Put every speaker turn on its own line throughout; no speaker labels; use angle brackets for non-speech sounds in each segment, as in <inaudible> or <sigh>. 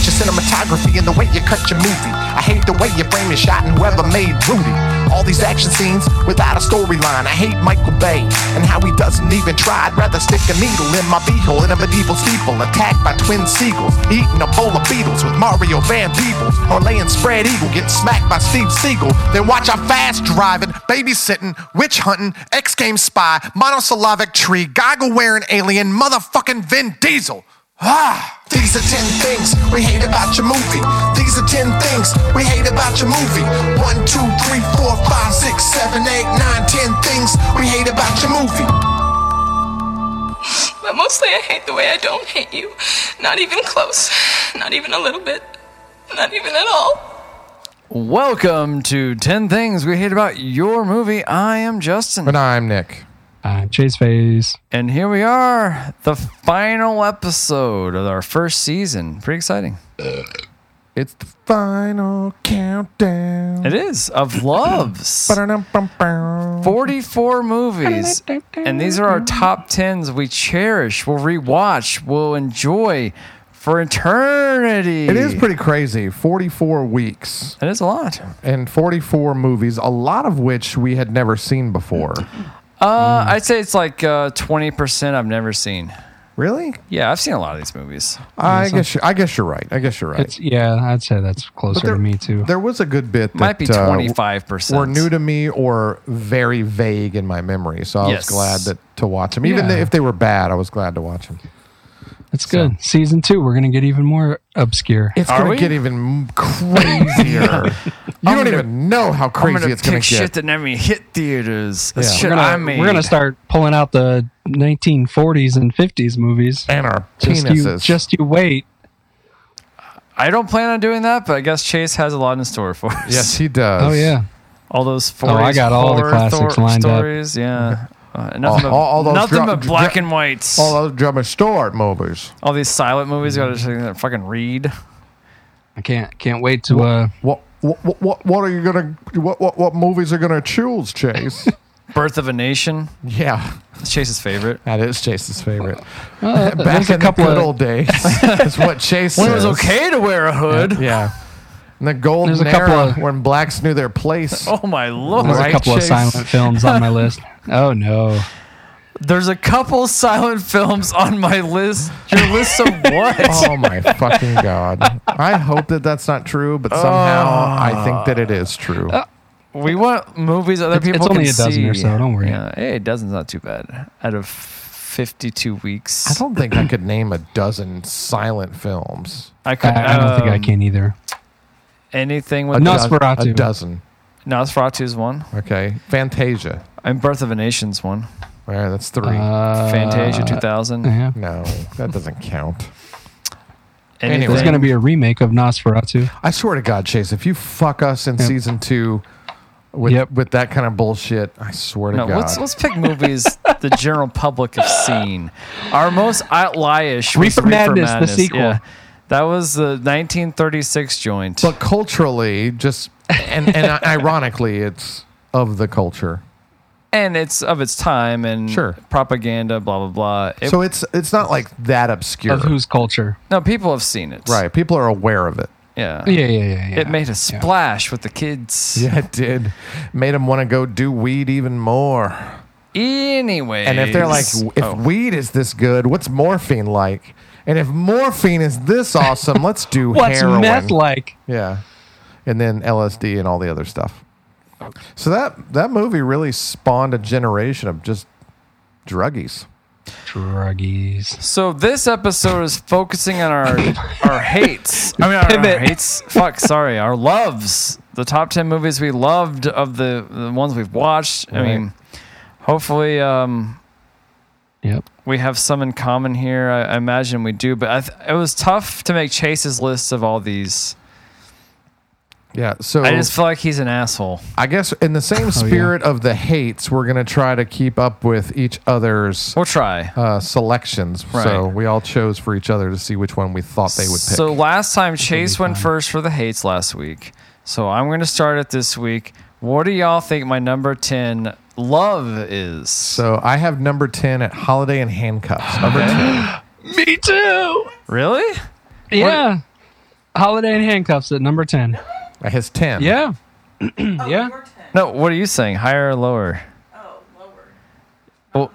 cinematography and the way you cut your movie. I hate the way your frame is shot and whoever made Rudy. All these action scenes without a storyline. I hate Michael Bay and how he doesn't even try. I'd rather stick a needle in my beehole in a medieval steeple, attacked by twin seagulls, eating a bowl of beetles with Mario Van Peebles, or laying spread eagle, getting smacked by Steve Siegel. Then watch I'm fast driving, babysitting, witch hunting, X Games spy, monosyllabic tree, goggle wearing alien, motherfucking Vin Diesel. Ah! These are 10 things we hate about your movie. These are 10 things we hate about your movie. 1, 2, 3, 4, 5, 6, 7, 8, 9, 10 things we hate about your movie.
But mostly I hate the way I don't hate you. Not even close. Not even a little bit. Not even at all.
Welcome to 10 Things We Hate About Your Movie. I am Justin.
But I'm Nick.
Uh, Jay's face.
And here we are, the final episode of our first season. Pretty exciting.
It's the final countdown.
It is of loves.
Ba-da-dum-bum-bum.
44 movies. And these are our top 10s we cherish, we'll rewatch, we'll enjoy for eternity.
It is pretty crazy. 44 weeks
It is a lot.
and 44 movies, a lot of which we had never seen before.
Uh, I'd say it's like uh, 20% I've never seen.
Really?
Yeah, I've seen a lot of these movies.
I guess you, I guess you're right. I guess you're right.
It's yeah, I'd say that's closer to me too.
There was a good bit that
Might be
uh,
25%.
were new to me or very vague in my memory. So I
Yes.
was glad that, to watch them. Even
Yeah.
if they were bad, I was glad to watch them.
That's good. Season two, we're gonna get even more obscure.
It's
Are
going
we?
to get even
<laughs>
crazier. you don't even know how
I'm
crazy
gonna
it's going
pick
to get.
shit that never even hit theaters. That's
Yeah.
shit
we're, gonna,
I made.
we're gonna start pulling out the 1940s and 50s movies.
and our
Just you,
penises.
just you wait.
I don't plan on doing that, but I guess Chase has a lot in store for us.
yes, he does.
Oh yeah,
<laughs> all those four.
I got all the classics lined up.
stories. Yeah, Uh, nothing,
All-
but,
all those
nothing
dra-
but
dra-
black and whites. All,
All those drummer Stewart movies.
these silent movies. You gotta just fucking read.
I can't can't wait to uh
What what what what are you gonna what what, what movies are gonna choose, Chase?
Birth of a Nation.
<laughs> yeah,
That's Chase's favorite.
that is Chase's favorite.
uh,
Back
there's a
in the
couple
good
of
old days, is what Chase.
When it was
says.
okay to wear a hood.
Yeah, in the golden
There's a
era
couple of-
when blacks knew their <laughs> place.
<laughs> Oh my lord!
there's
Right,
a couple
Chase?
of silent films on my
<laughs>
list. Oh no,
There's a couple silent films on my list. Your list of what?
Oh my fucking god! Ah. I hope that that's not true, but somehow I think that it is true.
We want movies other
It's- it's
people
only
can
a dozen or
see.
so, don't worry.
Yeah, hey, a dozen's not too bad. Out of 52 weeks.
I don't think I could name a dozen silent films.
I
I,
could,
I don't think I
um,
can either.
Anything with
A dozen-
Nosferatu.
A dozen.
Nosferatu's one.
Okay, Fantasia.
And Birth of a Nation's one.
All right, that's three.
Uh,
Fantasia 2000.
Yeah.
no, that doesn't count.
Anything-
There's going to be a remake of Nosferatu.
I swear to God, Chase, if you fuck us in season two with
Yep.
with that kind of bullshit, I swear to
No,
God.
let's, let's pick movies the general public have seen. Our most outlierish was
Reefer Madness, the sequel.
Yeah. That was the 1936 joint.
but culturally, just and <laughs> and ironically, it's of the culture.
and it's of its time and
Sure.
propaganda, blah, blah, blah. It-
so it's it's not like that obscure,
Of whose culture?
no, people have seen it.
right? People are aware of it.
Yeah.
Yeah, yeah, yeah. yeah.
It made a splash with the kids.
Yeah, <laughs> it did. Made them want to go do weed even more.
Anyway.
And if they're like, if
Oh.
weed is this good, what's morphine like? And if morphine is this awesome, let's do
What's
heroin.
meth like?
Yeah. And then LSD and all the other stuff. So that that movie really spawned a generation of just druggies.
Druggies.
So this episode is focusing on
<laughs>
our our hates. I mean, our, our
Pivot.
hates. Fuck, sorry, our loves. The top ten movies we loved of the, the ones we've watched. I
Right.
mean, hopefully, um,
Yep.
we have some in common here. I, I imagine we do, but I th- it was tough to make Chase's list of all these.
Yeah. So
I just Oh, feel like he's an asshole.
I guess in
<laughs>
the same spirit of the hates, we're gonna try to keep up with each other's
We'll try.
uh, selections. So
Right.
we all chose for each other to see which one we thought they would pick.
So last time Chase went first for the hates last week. So I'm going to start it this week. What do y'all think my number 10 love is?
So I have number ten at Holiday and
<gasps>
Handcuffs. Number ten.
Me too.
really?
Yeah. Holiday in Handcuffs at number 10.
His ten.
Yeah. <clears throat>
<clears throat>
yeah.
No, what are you saying? Higher or lower? Well,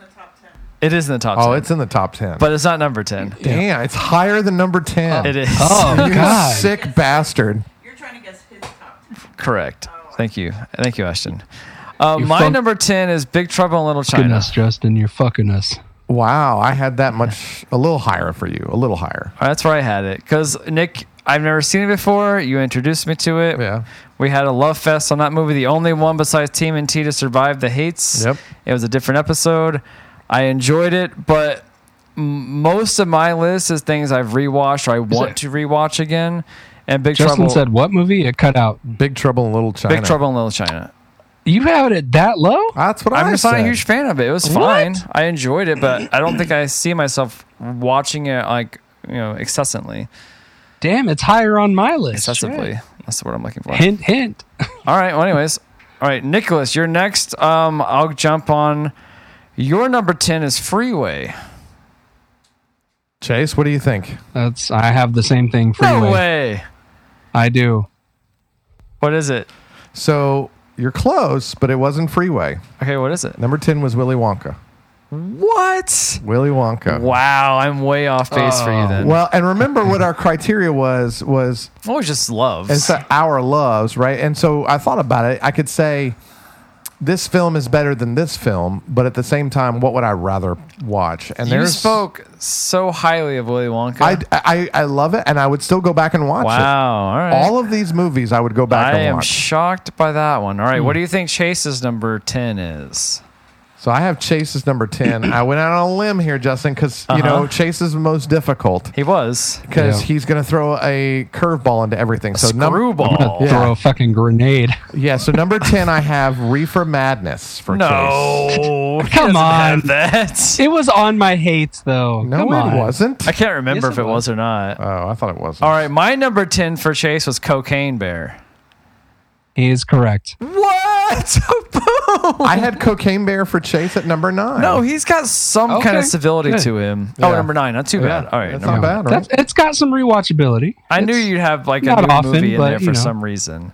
it is in the top.
Oh,
10,
it's in the top ten.
but it's not number
<laughs>
ten.
damn, it's higher than number ten.
It is
Oh,
You
God.
sick bastard.
You're trying to guess his top ten.
correct. Thank you, thank you, Ashton. Uh,
You
my
funk-
number ten is Big Trouble in Little China.
Goodness, Justin, you're fucking us.
Wow, I had that much, a little higher for you, a little higher.
Oh, That's where I had it because Nick, I've never seen it before. You introduced me to it.
Yeah.
We had a love fest on that movie, the only one besides Team and T to survive the hates.
Yep.
It was a different episode. I enjoyed it, but m- most of my list is things I've rewatched or I want to rewatch again. And Big
Justin
Trouble.
said, What movie? It cut out.
Big Trouble in Little China.
Big Trouble in Little China.
You have it at that low?
That's what
I'm
I
just
said.
not a huge fan of it. It was fine. I enjoyed it, but I don't think I see myself watching it like you know incessantly,
Damn, it's higher on my list.
excessively. That's the word I'm looking for.
Hint, hint. <laughs>
All right. Well, anyways, all right, Nicholas, you're next. Um, I'll jump on. Your number ten is Freeway.
Chase, what do you think?
That's I have the same thing. Freeway.
No way.
I do.
What is it?
So you're close, but it wasn't Freeway.
Okay, what is it?
Number ten was Willy Wonka.
What?
Willy Wonka.
Wow, I'm way off base for you then.
Well, and remember what our criteria was was
I was just love.
it's a- our loves, right? And so I thought about it. I could say this film is better than this film, but at the same time, what would I rather watch? And
You
there's
spoke so highly of Willy Wonka.
I, I I love it, and I would still go back and watch it.
wow. All right.
All of these movies, I would go back
I
and
am
watch.
shocked by that one. All right, what do you think Chase's number ten is?
so I have Chase's number ten. I went out on a limb here, Justin, because you know
Uh-huh.
Chase is the most difficult
He was
because
Yeah.
he's going to throw a curveball into everything. So num-
screwball.
Yeah.
Throw a fucking grenade.
yeah. So number ten, I have Reefer Madness for Chase.
No, <laughs> he
Come
doesn't
on.
have
<laughs>
that.
It was on my hates though.
No,
Come
it
on.
wasn't.
I can't remember
Yes,
if it
it
was
was.
or not.
Oh, I thought it was.
All right, my number 10 for Chase was Cocaine Bear.
He is correct.
What? <laughs>
I had Cocaine Bear for Chase at number nine.
no, he's got some kind of
Okay,
civility
good.
to him. Oh,
Yeah.
number 9, not too
Yeah,
bad. All right.
that's
number-
not bad, right?
That's, it's got some rewatchability.
I knew
It's-
you'd have like a
not
new
often,
movie in
but,
there for
you know.
some reason.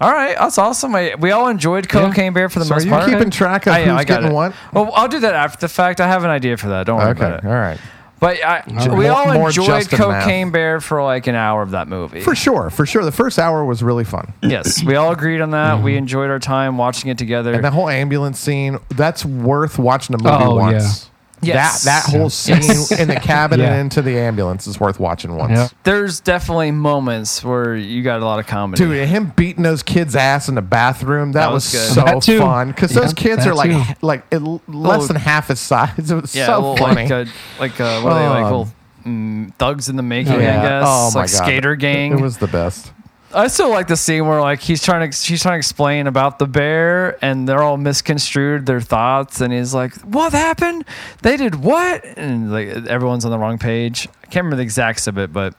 All right, that's awesome. I, we all enjoyed Cocaine Bear for the
So are
most
you
part.
keeping track of
I am,
who's
I got
getting
it.
what?
Well, I'll do that after the fact. I have an idea for that. Don't worry
Okay.
about it.
All right.
But I, we
More-
all
more
enjoyed
Justin math.
Cocaine Bear for like an hour of that movie.
For sure. For sure. The first hour was really fun.
Yes, we all agreed on that.
Mm-hmm.
We enjoyed our time watching it together.
And that whole ambulance scene, that's worth watching a movie
Oh,
once.
Yes.
That that whole scene
<laughs>
in the cabin
Yeah.
and into the ambulance is worth watching once.
Yeah.
There's definitely moments where you got a lot of comedy.
Dude, him beating those kids' ass in the bathroom, that,
That
was,
was good.
so
That too.
fun. Because those
Yeah,
kids
that
are like
too.
like it, less than half his size. <laughs> It was
yeah,
so
well,
funny.
like uh, a, like a, what are they like
Um,
little mm, thugs in the making? I guess.
Oh my
like
God.
skater gang.
It was the best.
I still like the scene where like he's trying to she's trying to explain about the bear and they're all misconstrued their thoughts and he's like, "What happened? They did what?" And like everyone's on the wrong page. I can't remember the exacts of it, but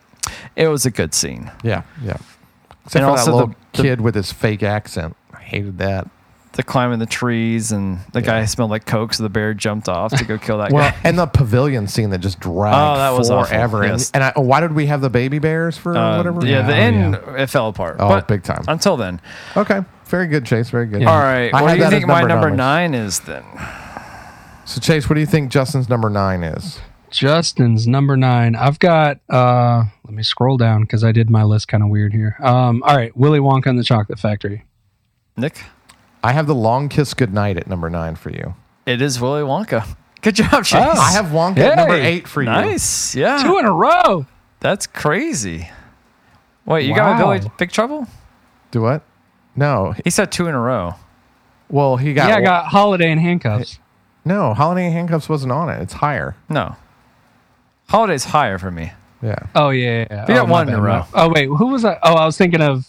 it was a good scene.
Yeah, yeah. Except
And
for
also
that
the-
little
the-
kid with his fake accent. I hated that.
The climb in the trees and the guy smelled like coke, so the bear jumped off to go kill that
Well,
guy.
<laughs> and the pavilion scene that just dragged
Oh, that was awful.
forever. And-
Yes.
And, I, why did we have the baby bears for
Uh,
whatever?
yeah, the
Oh,
end it fell apart.
Oh,
But
big time.
Until then,
Okay, very good, Chase. Very good.
Yeah.
all right.
I
what
had
do you
that
think
as
my number
numbers.
nine is then?
So, Chase, what do you think Justin's number nine is?
Justin's number nine. I've got. uh Let me scroll down because I did my list kind of weird here. Um. All right, Willy Wonka and the Chocolate Factory.
Nick,
I have the long kiss goodnight at number nine for you.
it is Willy Wonka. <laughs> Good job, Chase.
Oh, I have Wonka at number
Hey,
eight for you.
Nice. Yeah.
Two in a row.
That's crazy. Wait, you got my
Wow.
Billy Big Trouble?
Do what? No.
He said two in a row.
Well, he got.
Yeah, I got Holiday in Handcuffs.
No, Holiday in Handcuffs wasn't on it. It's higher.
No. Holiday's higher for me.
Yeah.
Oh yeah, yeah, yeah.
You
oh,
got
my
one in
bad,
a row.
my- Oh wait, who was I? Oh, I was thinking of.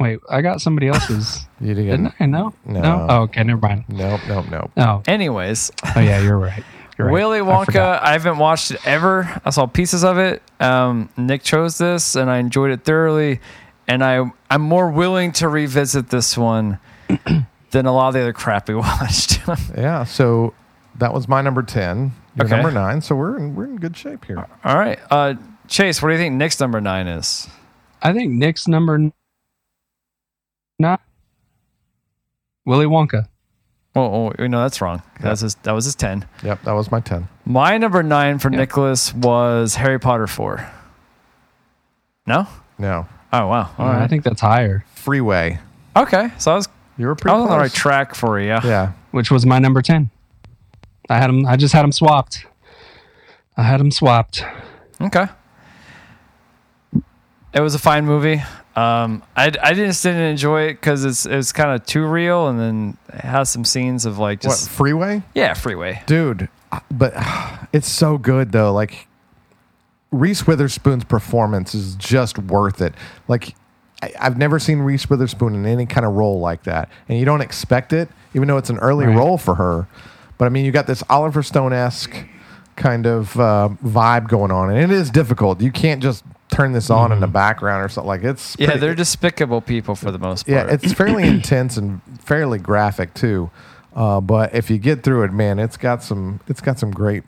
Wait, I got somebody else's.
You didn't.
Didn't I? No.
No.
Oh, okay, never mind.
Nope, nope, nope.
Oh,
Anyways, <laughs>
oh yeah, you're right. You're right.
Willy
I
Wonka,
forgot.
I, haven't watched it ever. I saw pieces of it. Um, Nick chose this and I enjoyed it thoroughly. And I, I'm more willing to revisit this one <clears throat> than a lot of the other crap we <laughs> watched.
Yeah. So that was my number ten. Your
Okay.
number nine. So we're in, we're in good shape here.
All right. Uh, Chase, what do you think Nick's number nine is?
I think Nick's number n- nine. Willy Wonka.
Oh, oh no, that's wrong. That's his, that was his ten.
Yep, that was my ten.
My number nine for Nicholas was Harry Potter four. No.
No,
Oh wow. All
Uh,
right.
I think that's higher,
freeway.
okay, so I was
You were
I
pretty
was on the
close.
Oh, right track for you.
Yeah,
which was my number ten. I had him. I just had him swapped. I had him swapped.
Okay. It was a fine movie. Um, I I just didn't enjoy it because it's it's kind of too real, and then it has some scenes of like
what
just
freeway?
yeah freeway.
dude uh, but it's so good though like reese witherspoon's performance is just worth it like I, i've never seen reese witherspoon in any kind of role like that and you don't expect it even though it's an early
Right.
role for her but i mean you got this oliver stone-esque kind of uh, vibe going on and it is difficult you can't just turn this on in the background or something like it's
Mm-hmm. Yeah,
pretty-
they're despicable people for the most part.
yeah, it's <clears throat> fairly intense and fairly graphic too. Uh, but if you get through it, man, it's got some it's got some great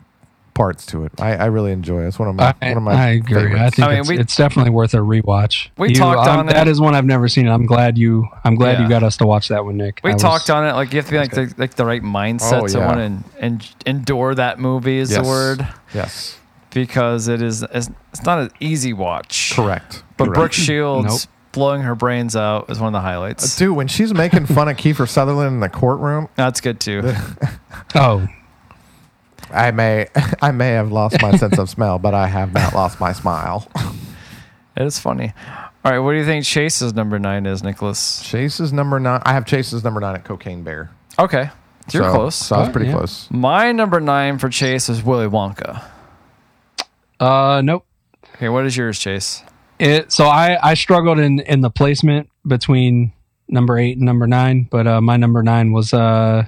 parts to it. I, I really enjoy it. It's one of my
I,
one of my
I agree. I
favorites.
think
I mean,
it's,
we-
it's definitely worth a rewatch.
We
You-
talked
I'm-
on
That
it.
is one I've never seen. I'm glad you. I'm glad
Yeah.
you got us to watch that one, Nick.
we
I was-
talked on it. Like you have to be like the, like the right mindset
Oh,
to
yeah.
want and, and endure that movie is
Yes.
the word
Yes.
because it is it's, it's not an easy watch.
Correct.
But
Correct.
Brooke Shields
Nope.
blowing her brains out is one of the highlights.
Uh, Dude, when she's making fun of Kiefer Sutherland in the courtroom,
That's good too.
Oh,
I may <laughs> I may have lost my sense of smell, but I have not lost my smile.
It is funny. All right, what do you think Chase's number nine is, Nicholas?
Chase's number nine. I have Chase's number nine at Cocaine Bear.
Okay, you're
So-
close.
So I was
Oh,
pretty
yeah.
close.
My number nine for Chase is Willy Wonka.
uh, nope.
Okay, what is yours, Chase?
It. So I I struggled in in the placement between number eight and number nine, but uh, my number nine was uh,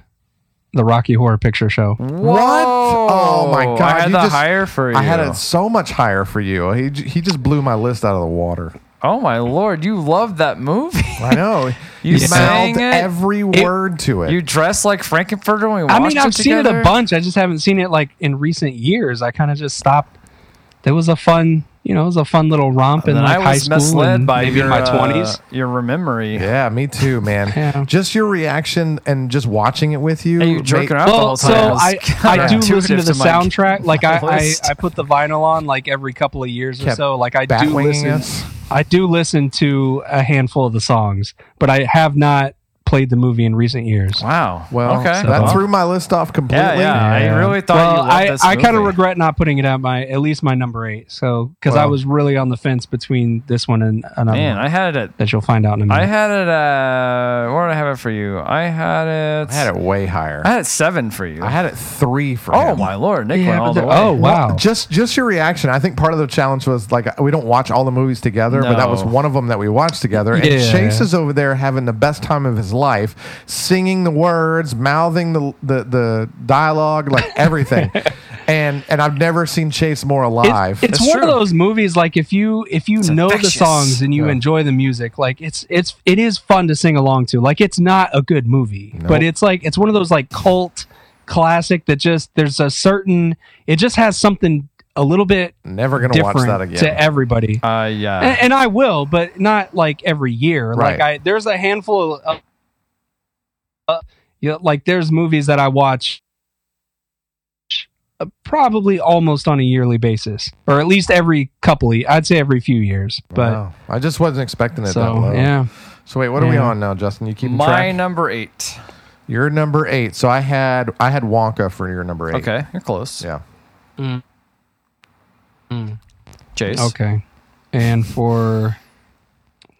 the Rocky Horror Picture Show.
What? Oh my
Whoa,
god!
I had
you
the
just-
higher for you.
I had it so much higher for you. He j- he just blew my list out of the water.
Oh my lord, you loved that
<laughs>
movie.
I
<laughs>
know.
You
you
sang
mouthed
it.
every word to it.
You dressed like Frankenfurter when we watched
I
it
mean, I've seen it
together.
a bunch. I just haven't seen it like in recent years. I kind of just stopped. There was a fun, you know, it was a fun little romp in
And
like
I
high
was
school
misled
and
by
maybe
your,
my
uh,
twenties.
your memory.
yeah, me too,
<laughs>
man.
Yeah.
Just your reaction and just watching it with you.
And you jerking
made-
off the whole
so
time. <laughs>
I,
It's
I do
counterintuitive
listen to the
my-
soundtrack.
<laughs>
Like I, I,
list.
I put the vinyl on like every couple of years or
Kept
so. Like I do
batwinging
listen.
us.
I do listen to a handful of the songs, but I have not played the movie in recent years.
Wow.
Well,
okay.
Uh-huh.
that threw my list off completely.
yeah, yeah, I really thought
Uh, well,
you loved
I,
this
I kind of
movie.
regret not putting it at my at least my number eight. So because I
Well.
was really on the fence between this one and another
Man,
one
I had it at
that you'll find out in a minute.
I had it at where did I have it for you? I had it.
I had it way higher.
I had seven for you.
I had it three for
oh
him.
my lord, Nick went
Yeah, but
all the
the-
way.
oh, wow.
Well, Just just your reaction. I think part of the challenge was like we don't watch all the movies together, but that was
No.
one of them that we watched together. And
Yeah.
Chase is over there having the best time of his life, singing the words, mouthing the the, the dialogue, like
<laughs>
everything. and and I've never seen Chase more alive.
It's, it's
That's
one
true.
of those movies like if you if you know
infectious.
the songs and you
Yeah.
enjoy the music, like it's it's it is fun to sing along to. Like it's not a good movie, but it's like it's one of those like cult classic that just there's a certain it just has something a little bit
never gonna watch that
different
again.
to everybody.
Uh, yeah.
and, and I will, but not like every year. Like
Right.
I, there's a handful of, of uh, you know, like there's movies that I watch uh, probably almost on a yearly basis, or at least every couple. Of, I'd say every few years. But
Wow. I just wasn't expecting it that
so
low.
yeah,
So wait, what are we
Yeah.
on now, Justin? You keep
My
track.
number eight.
You're number eight. So I had I had Wonka for your number eight.
Okay, you're close.
Yeah.
Chase.
okay. And for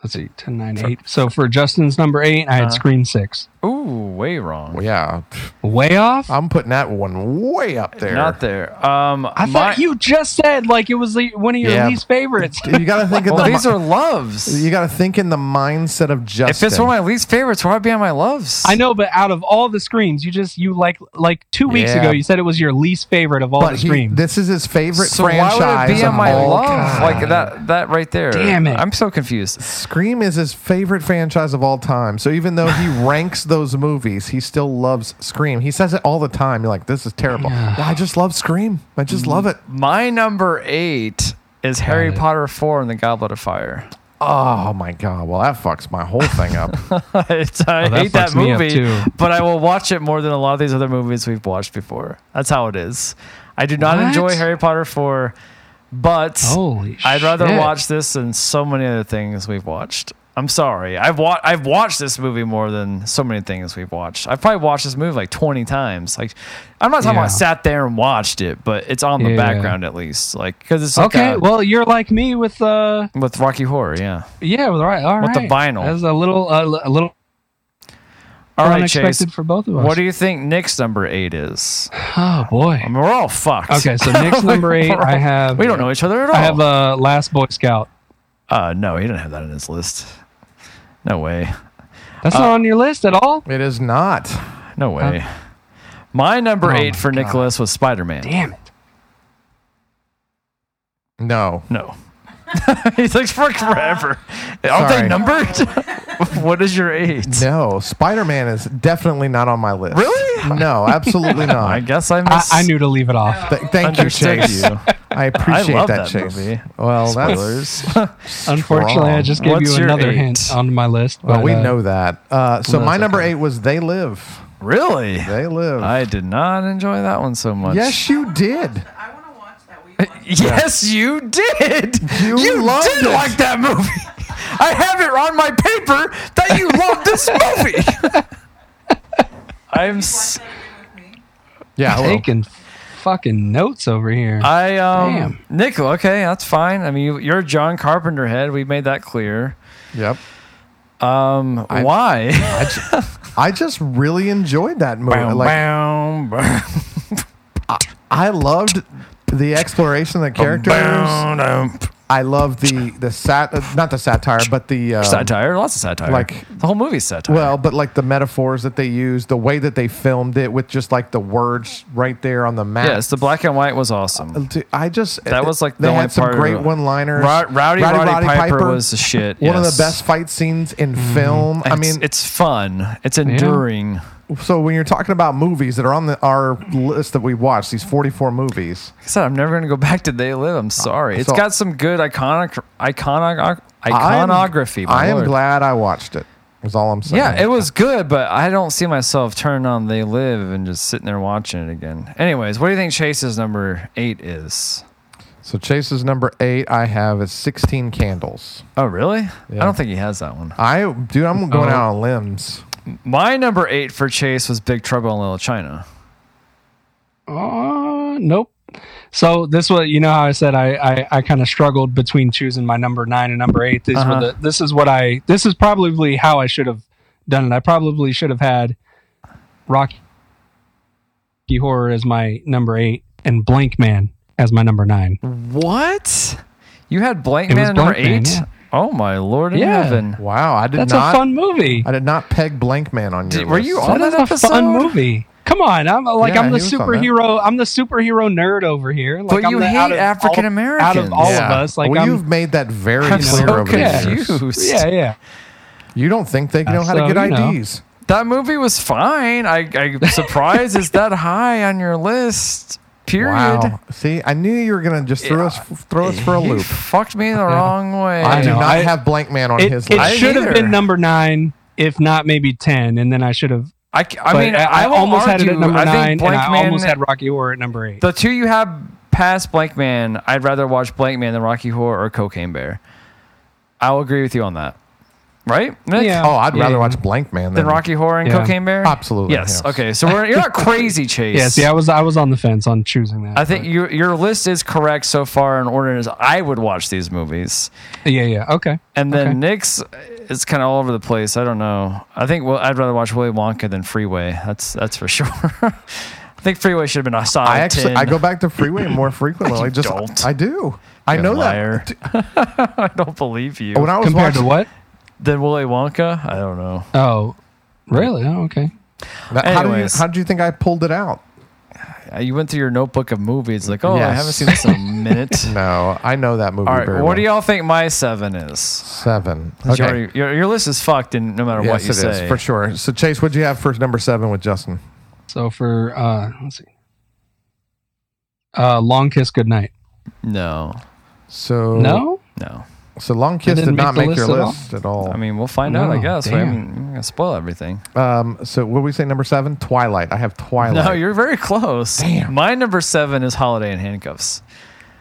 let's see, ten, nine, eight. So for Justin's number eight, I
Uh-huh.
had Scream Six.
Ooh, way wrong.
Well, yeah.
Way off.
I'm putting that one way up there.
Not there. Um,
I thought you just said like it was the, one of your
Yeah.
least favorites.
You got to think of
Well,
the
these
mi-
are loves.
You got to think in the mindset of
if
Justin.
it's one of my least favorites, why would it be on my loves?
I know, but out of all the screams, you just you like like two weeks
Yeah.
ago you said it was your least favorite of all
but
the
he-
screams.
this is his favorite
So
franchise.
why would it be
of
on my
all
loves?
time.
Like that. That right there.
Damn it.
I'm so confused.
Scream is his favorite franchise of all time. So even
<sighs>
though he ranks those movies, he still loves Scream. He says it all the
Mm.
time. You're like, this is terrible. I just love Scream. I just love it.
My number eight is Harry
it.
Potter 4 and the Goblet of Fire.
Oh my god! Well, that fucks my whole thing up.
<laughs> It's- I
Oh, that
hate that
fucks me up,
movie,
too.
but I will watch it more than a lot of these other movies we've watched before. That's how it is. I do not
What?
enjoy Harry Potter 4, but
Holy
I'd rather
shit.
watch this than so many other things we've watched. I'm sorry. I've wa- I've watched this movie more than so many things we've watched. I've probably watched this movie like 20 times. Like I'm not talking
Yeah.
about sat there and watched it, but it's on the
Yeah.
background at least. Like cuz it's like
Okay,
a-
well, you're like me with uh,
with Rocky Horror, yeah.
yeah, with right, all
With the
right.
vinyl.
That's a little, uh, a little
All right, Chase.
unexpected for both of us.
What do you think Nick's number 8 is?
oh boy.
I mean, we're all fucked. <laughs>
Okay, so next number eight,
We're all-
I have.
We don't know each other at all.
I have a last Boy Scout.
uh, no, he didn't have that in his list. No way.
That's
Uh,
not on your list at all.
it is not.
No way. my number
Oh
eight
my
for
God.
Nicholas was Spider Man.
Damn it.
No.
No. <laughs> He's like for forever. Aren't
Sorry.
they numbered? <laughs> what is your eight?
No, Spider Man is definitely not on my list.
Really?
No, absolutely
<laughs>
not.
I guess I
I,
missed.
I knew to leave it off.
Th- thank you,
Understood
Chase.
you.
I appreciate
I love that
that, Chase.
movie.
Well, that's
Spoilers. <laughs>
Unfortunately, I just gave
What's
you
your
another
eight?
hint on my list.
well,
but,
we
uh,
know that. Uh, so
no,
my
it's
number
okay.
eight was They Live.
really?
They Live.
I did not enjoy that one so much.
yes, you did.
I want to watch that. Will you watch it?
Yes, you did.
You
You,
loved
did
it.
like that movie. I have it on my paper that you love <laughs> this movie. I'm.
Watch
s-
that again with me.
Yeah. I will.
Taking fucking notes over here.
I um.
Damn.
Nickel. Okay, that's fine. I mean, you, you're a John Carpenter head. We made that clear.
Yep.
Um. <laughs>
I-
why?
I ju- I just really enjoyed that movie. like
Bow, bow,
I loved the exploration of the characters.
bow, bow.
I loved the the sat uh, not the satire, but the um,
satire. Lots of satire.
like-
the whole movie's satire.
Well, but like the metaphors that they used, the way that they filmed it with just like the words right there on the map.
yes, the black and white was awesome.
Dude, I just
That was like the
they
only
had some
part
great
of-
one-liners.
Ro- Rowdy, Roddy, Piper, was the shit.
one of
yes. Mm-hmm.
the best fight scenes in film. I
It's-
mean,
it's fun. It's enduring.
so when you're talking about movies that are on the, our list that we watched, these 44 movies,
Like I said, I'm never going to go back to They Live. I'm sorry. It's
So-
got some good iconic iconic
I am-
iconography. my
I am
lord.
glad I watched it. Is all I'm saying.
Yeah, it was good, but I don't see myself turning on They Live and just sitting there watching it again. Anyways, what do you think Chase's number eight is?
so Chase's number eight I have is 16 Candles.
Oh, really?
Yeah.
I don't think he has that one.
I dude, I'm
Oh.
going out on limbs.
My number eight for Chase was Big Trouble in Little China.
Uh, nope. So this was, you know, how I said I I, I kind of struggled between choosing my number nine and number eight. These
Uh-huh.
were the, this is what I this is probably how I should have done it. I probably should have had Rocky Horror as my number eight and Blank Man as my number nine.
What? You had Blank
It was
Man at number
Blank Man,
eight?
yeah.
Oh my lord in
Yeah.
heaven!
Wow, I did
That's
not.
a fun movie.
I did not peg Blank Man on your
Did- were you
list.
on-
That is
that
a fun
episode?
movie. Come on, I'm like
Yeah,
I'm the
he was on that.
superhero. I'm the superhero nerd over here. Like,
But
I'm
you
the,
hate
out of all-
African
Out of
Americans.
all
Yeah.
of us, like
well,
I'm,
you've made that very
I'm
clear
so
over the years.
confused.
yeah, yeah.
You don't think they know how to
So,
get
you know.
IDs?
That movie was fine. I, I'm
<laughs>
surprised it's that high on your list. Period.
Wow. See, I knew you were gonna just throw us throw us for a
You
loop.
fucked me
<laughs>
the wrong way.
I, do
know.
not
I-
have Blank Man on
it,
his
it
list.
I
should have
either.
been number nine, if not maybe ten, and then I should have.
I, c- I
but
mean, I, won't
almost
argue.
had it at number
I
nine,
think
and
Blank
I
Man,
almost had Rocky Horror at number eight.
the two you have past Blank Man. I'd rather watch Blank Man than Rocky Horror or Cocaine Bear. I'll agree with you on that. Right? Nick?
Yeah.
oh, I'd
Yeah,
rather
yeah.
watch Blank Man
Than
than
Rocky Horror and
Yeah.
Cocaine Bear.
Absolutely,
Yes.
yes.
Okay. So we're, you're not crazy,
<laughs>
Chase.
yeah, see, I was I was on the fence on choosing that.
I think your your list is correct so far in order as I would watch these movies.
but- yeah, yeah, okay.
And then
Okay.
Nick's is kind of all over the place. I don't know. I think well, I'd rather watch Willy Wonka than Freeway. That's that's for <laughs> sure. I think Freeway should have been a solid
I actually
10.
I go back to Freeway more frequently. I just
don't.
I do. I
You
know
liar.
that.
<laughs> I don't believe you.
When I was
Compared
watching,
to what?
then Willy Wonka. I don't know.
Oh, really? Oh, okay.
that- how do you
Anyways.
how do you think I pulled it out?
Uh, You went through your notebook of movies. Like, oh, I
Yes.
haven't seen this in
<laughs>
a minute.
No, I know that movie.
All right.
very
What do
well.
y'all think my seven is?
seven?
'Cause you already- your, your list is fucked, and no matter what
Yes,
you
it is
say,
for sure. So Chase, what'd you have for number seven with Justin?
So for uh, let's see, uh, Long Kiss Goodnight.
no.
So
No?
No.
So long kiss
It
did
didn't
not
make
make
the
your
list
list at all.
I mean, we'll find out, I
No,
guess. I
damn.
am going to spoil everything.
um, so what did we say? Number seven, Twilight. I have Twilight.
No, you're very close.
Damn.
My number seven is Holiday in Handcuffs.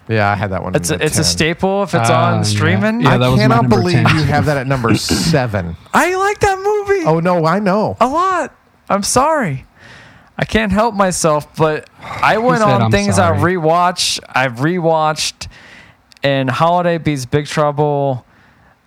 yeah, I had that one.
It's
at
a, it's a
10.
staple if it's
Ah, yeah.
on streaming.
Yeah,
I
that was my
cannot
number
believe
10.
you have that
<laughs>
at number seven.
I, I like that movie
Oh no, I know.
a lot. I'm sorry. I can't help myself, but I went
said,
on
"I'm
things I
sorry."
rewatch. I've rewatched, and Holiday beats Big Trouble.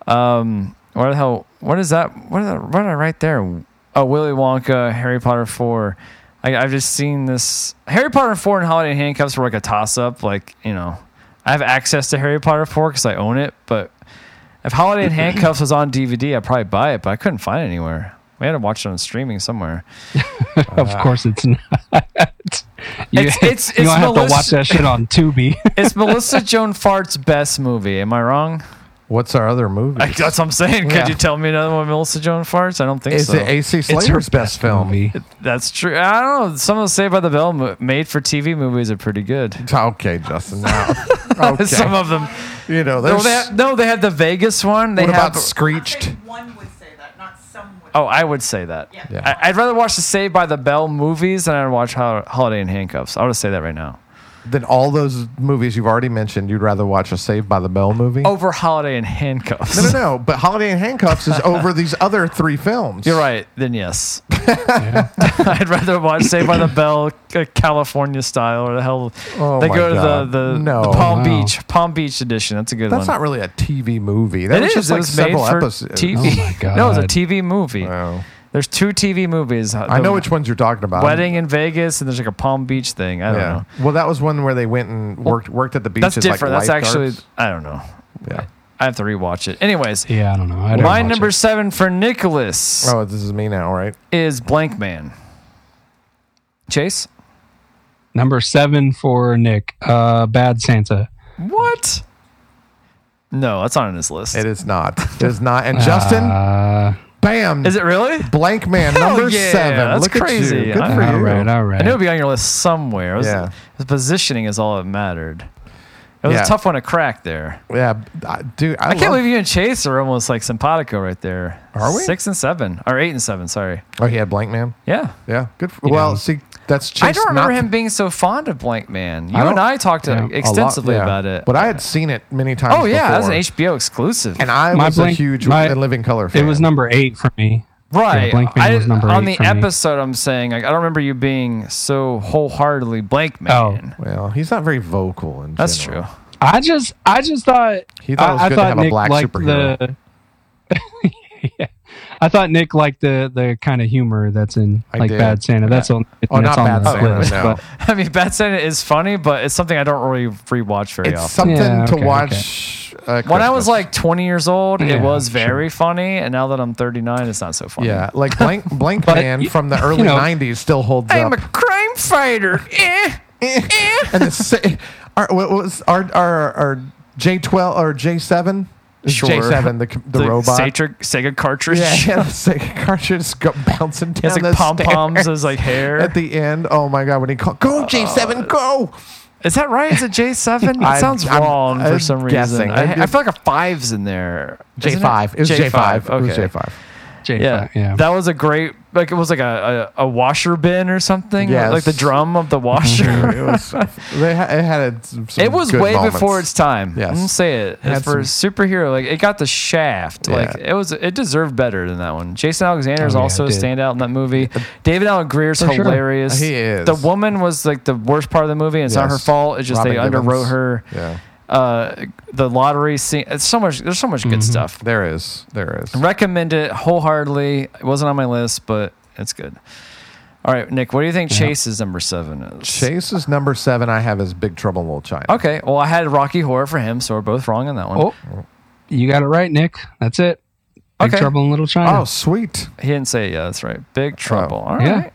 Um, what the hell? What is that? What, is that, what did I write there? Oh, Willy Wonka, Harry Potter four. I, I've just seen this. Harry Potter four and Holiday in Handcuffs were like a toss up. Like you know, I have access to Harry Potter four because I own it. But if Holiday
<laughs>
in Handcuffs was on DVD, I'd probably buy it. But I couldn't find it anywhere. We had to watch it on streaming somewhere.
Of course it's <laughs> not. <laughs> you
It's- it's-
you
it's
don't have to
Melissa-
watch that shit on Tubi.
<laughs>
It's Melissa Joan Fart's best movie. Am I wrong?
What's our other movie?
Like, that's what I'm saying.
Yeah.
Could you tell me another one, Melissa Joan Fart's? I don't think
Is
so.
it AC Slater's best, film?
movie.
That's true. I don't know. Some of the Saved by the Bell mo- made for TV movies are pretty good. <laughs>
Okay, Justin. Now, okay.
Some of them.
you
No
know, there's.
they, have, no, they had the Vegas one. They
what
have.
about
I
Screeched?
think one would say that, not some would.
oh, I would say that.
Yeah.
Yeah.
I, I'd rather watch the Saved by the Bell movies than I'd watch Hol- Holiday in Handcuffs. I would say that right now.
Then all those movies you've already mentioned, you'd rather watch a Saved by the Bell movie.
Over Holiday in Handcuffs.
no, no, no. But Holiday in Handcuffs is
<laughs>
over these other three films.
You're right. Then
<laughs>
yes. <laughs> I'd rather watch Saved by the Bell, uh, California style, or the hell.
Oh
they
my
go to
God.
the the,
No.
the Palm
Wow.
Beach Palm Beach edition. That's a good
That's
one.
not really a TV movie. That
it is.
was just
it
like
was made
several
for
episodes. Oh.
TV.
Oh my
<laughs>
God.
No, it was a TV movie.
Wow.
There's two TV movies.
I know
which
which ones you're talking about.
Wedding in Vegas, and there's like a Palm Beach thing. I don't
Yeah.
know.
Well, that was one where they went and worked worked at the beach.
That's
as,
different.
Like
That's actually
lifeguards.
I don't know.
Yeah.
I have to rewatch it. Anyways,
<laughs> Yeah, I don't know. I didn't
my
watch
number
it.
seven for Nicholas
Oh, this is me now, right?
is Blank Man. Chase,
number seven for Nick. Uh, Bad Santa.
what? No, that's not on his list.
It is
<laughs>
not. It is not. And Justin,
Uh,
bam.
Is it really?
blank man
Hell
number
yeah,
seven?
that's
Look at
crazy.
you. Good
I-
for
all
you.
right, all right.
I knew it'd be on your list somewhere. It was-
Yeah.
The positioning is all that mattered. It was
Yeah.
a tough one to crack there.
Yeah, I- dude.
I
I,
can't
love-
believe you and Chase are almost like simpatico right there.
Are we?
Six and seven, or eight and seven? Sorry.
Oh, he had blank man.
Yeah.
Yeah, good. For, well,
know.
see, that's Chase.
I don't remember
not-
him being so fond of Blank Man. You and
don't-
I talked uh,
yeah, a lot,
extensively
A lot, yeah.
about it.
But I had seen it many times.
oh yeah, that was
before.
an HBO exclusive.
And I
My
was
Blank-
a huge
my-
Living Color fan.
it was number eight for me.
right.
Yeah, Blank Man
I-
was number
on the
eight for me.
episode, I'm saying like, I don't remember you being so wholeheartedly Blank Man.
Well, he's not very vocal. In
That's
general.
true.
I just, I just thought.
He thought it was
I, I
good to
thought
have a
Nick
black
liked
superhero.
the. <laughs> yeah. I thought Nick liked the the kind of humor that's in
I
like
did.
Bad Santa. That's on.
Oh,
that's
not
on
Bad
the
Santa.
list,
No.
<laughs>
but-
I mean, Bad Santa is funny, but it's something I don't really rewatch very
It's
often.
something
Yeah,
to
okay,
watch. Uh,
when I was
Christmas.
like 20 years old,
Yeah,
it was
sure.
very funny, and now that I'm 39, it's not so funny.
yeah, like
<laughs>
blank blank
But,
man
you-
from the
you
early
know-
'90s still holds
I'm a
up.
crime fighter. eh.
and the sa- our, what was our our our J12 or J7?
Sure.
J7, the c- the, robot.
Sega, Sega cartridge. <laughs>
Yeah, he had a Sega cartridge go bouncing
He
down
has like
the
pom poms
stairs
as like hair.
at the end. Oh my god, when he called, "Go
Uh,
J7, go!"
is that right? Is it J seven? It
<laughs> I-
sounds
I'm-
wrong for
I'm
some
guessing.
reason. I,
I-
I feel like a five's in there. isn't
J5, it was J5. It was
Okay.
J5.
J5,
Yeah.
yeah.
that was a great. Like it was like a, a, a washer bin or something.
Yes. Mm-hmm.
like the drum of the washer.
It was. they ha- it had a, some
it was
good
way
moments.
before its time.
Yes.
I'm gonna say it. As
had
for superhero, like it got the shaft. Like
Yeah.
it was, it deserved better than that one. Jason Alexander is
Oh, yeah,
also a
it did.
standout in that movie. David Allen Greer's
sure.
hilarious.
He is.
The woman was like the worst part of the movie. and It's not her
Yes.
fault. It's just they
Robin
underwrote
Givens.
her.
Yeah,
Uh, the lottery scene. It's so much. There's so much
Mm-hmm.
good stuff.
there is. There is.
Recommend it wholeheartedly. It wasn't on my list, but it's good. All right, Nick. What do you think Chase's number seven is?
Chase is number seven. I have is Big Trouble in Little China.
Okay. Well, I had Rocky Horror for him, so we're both wrong on that one.
Oh, you got it right, Nick. That's it. Big
Okay.
Trouble in Little China.
Oh, sweet.
He didn't say it, yeah. That's right. Big trouble. All right.
yeah.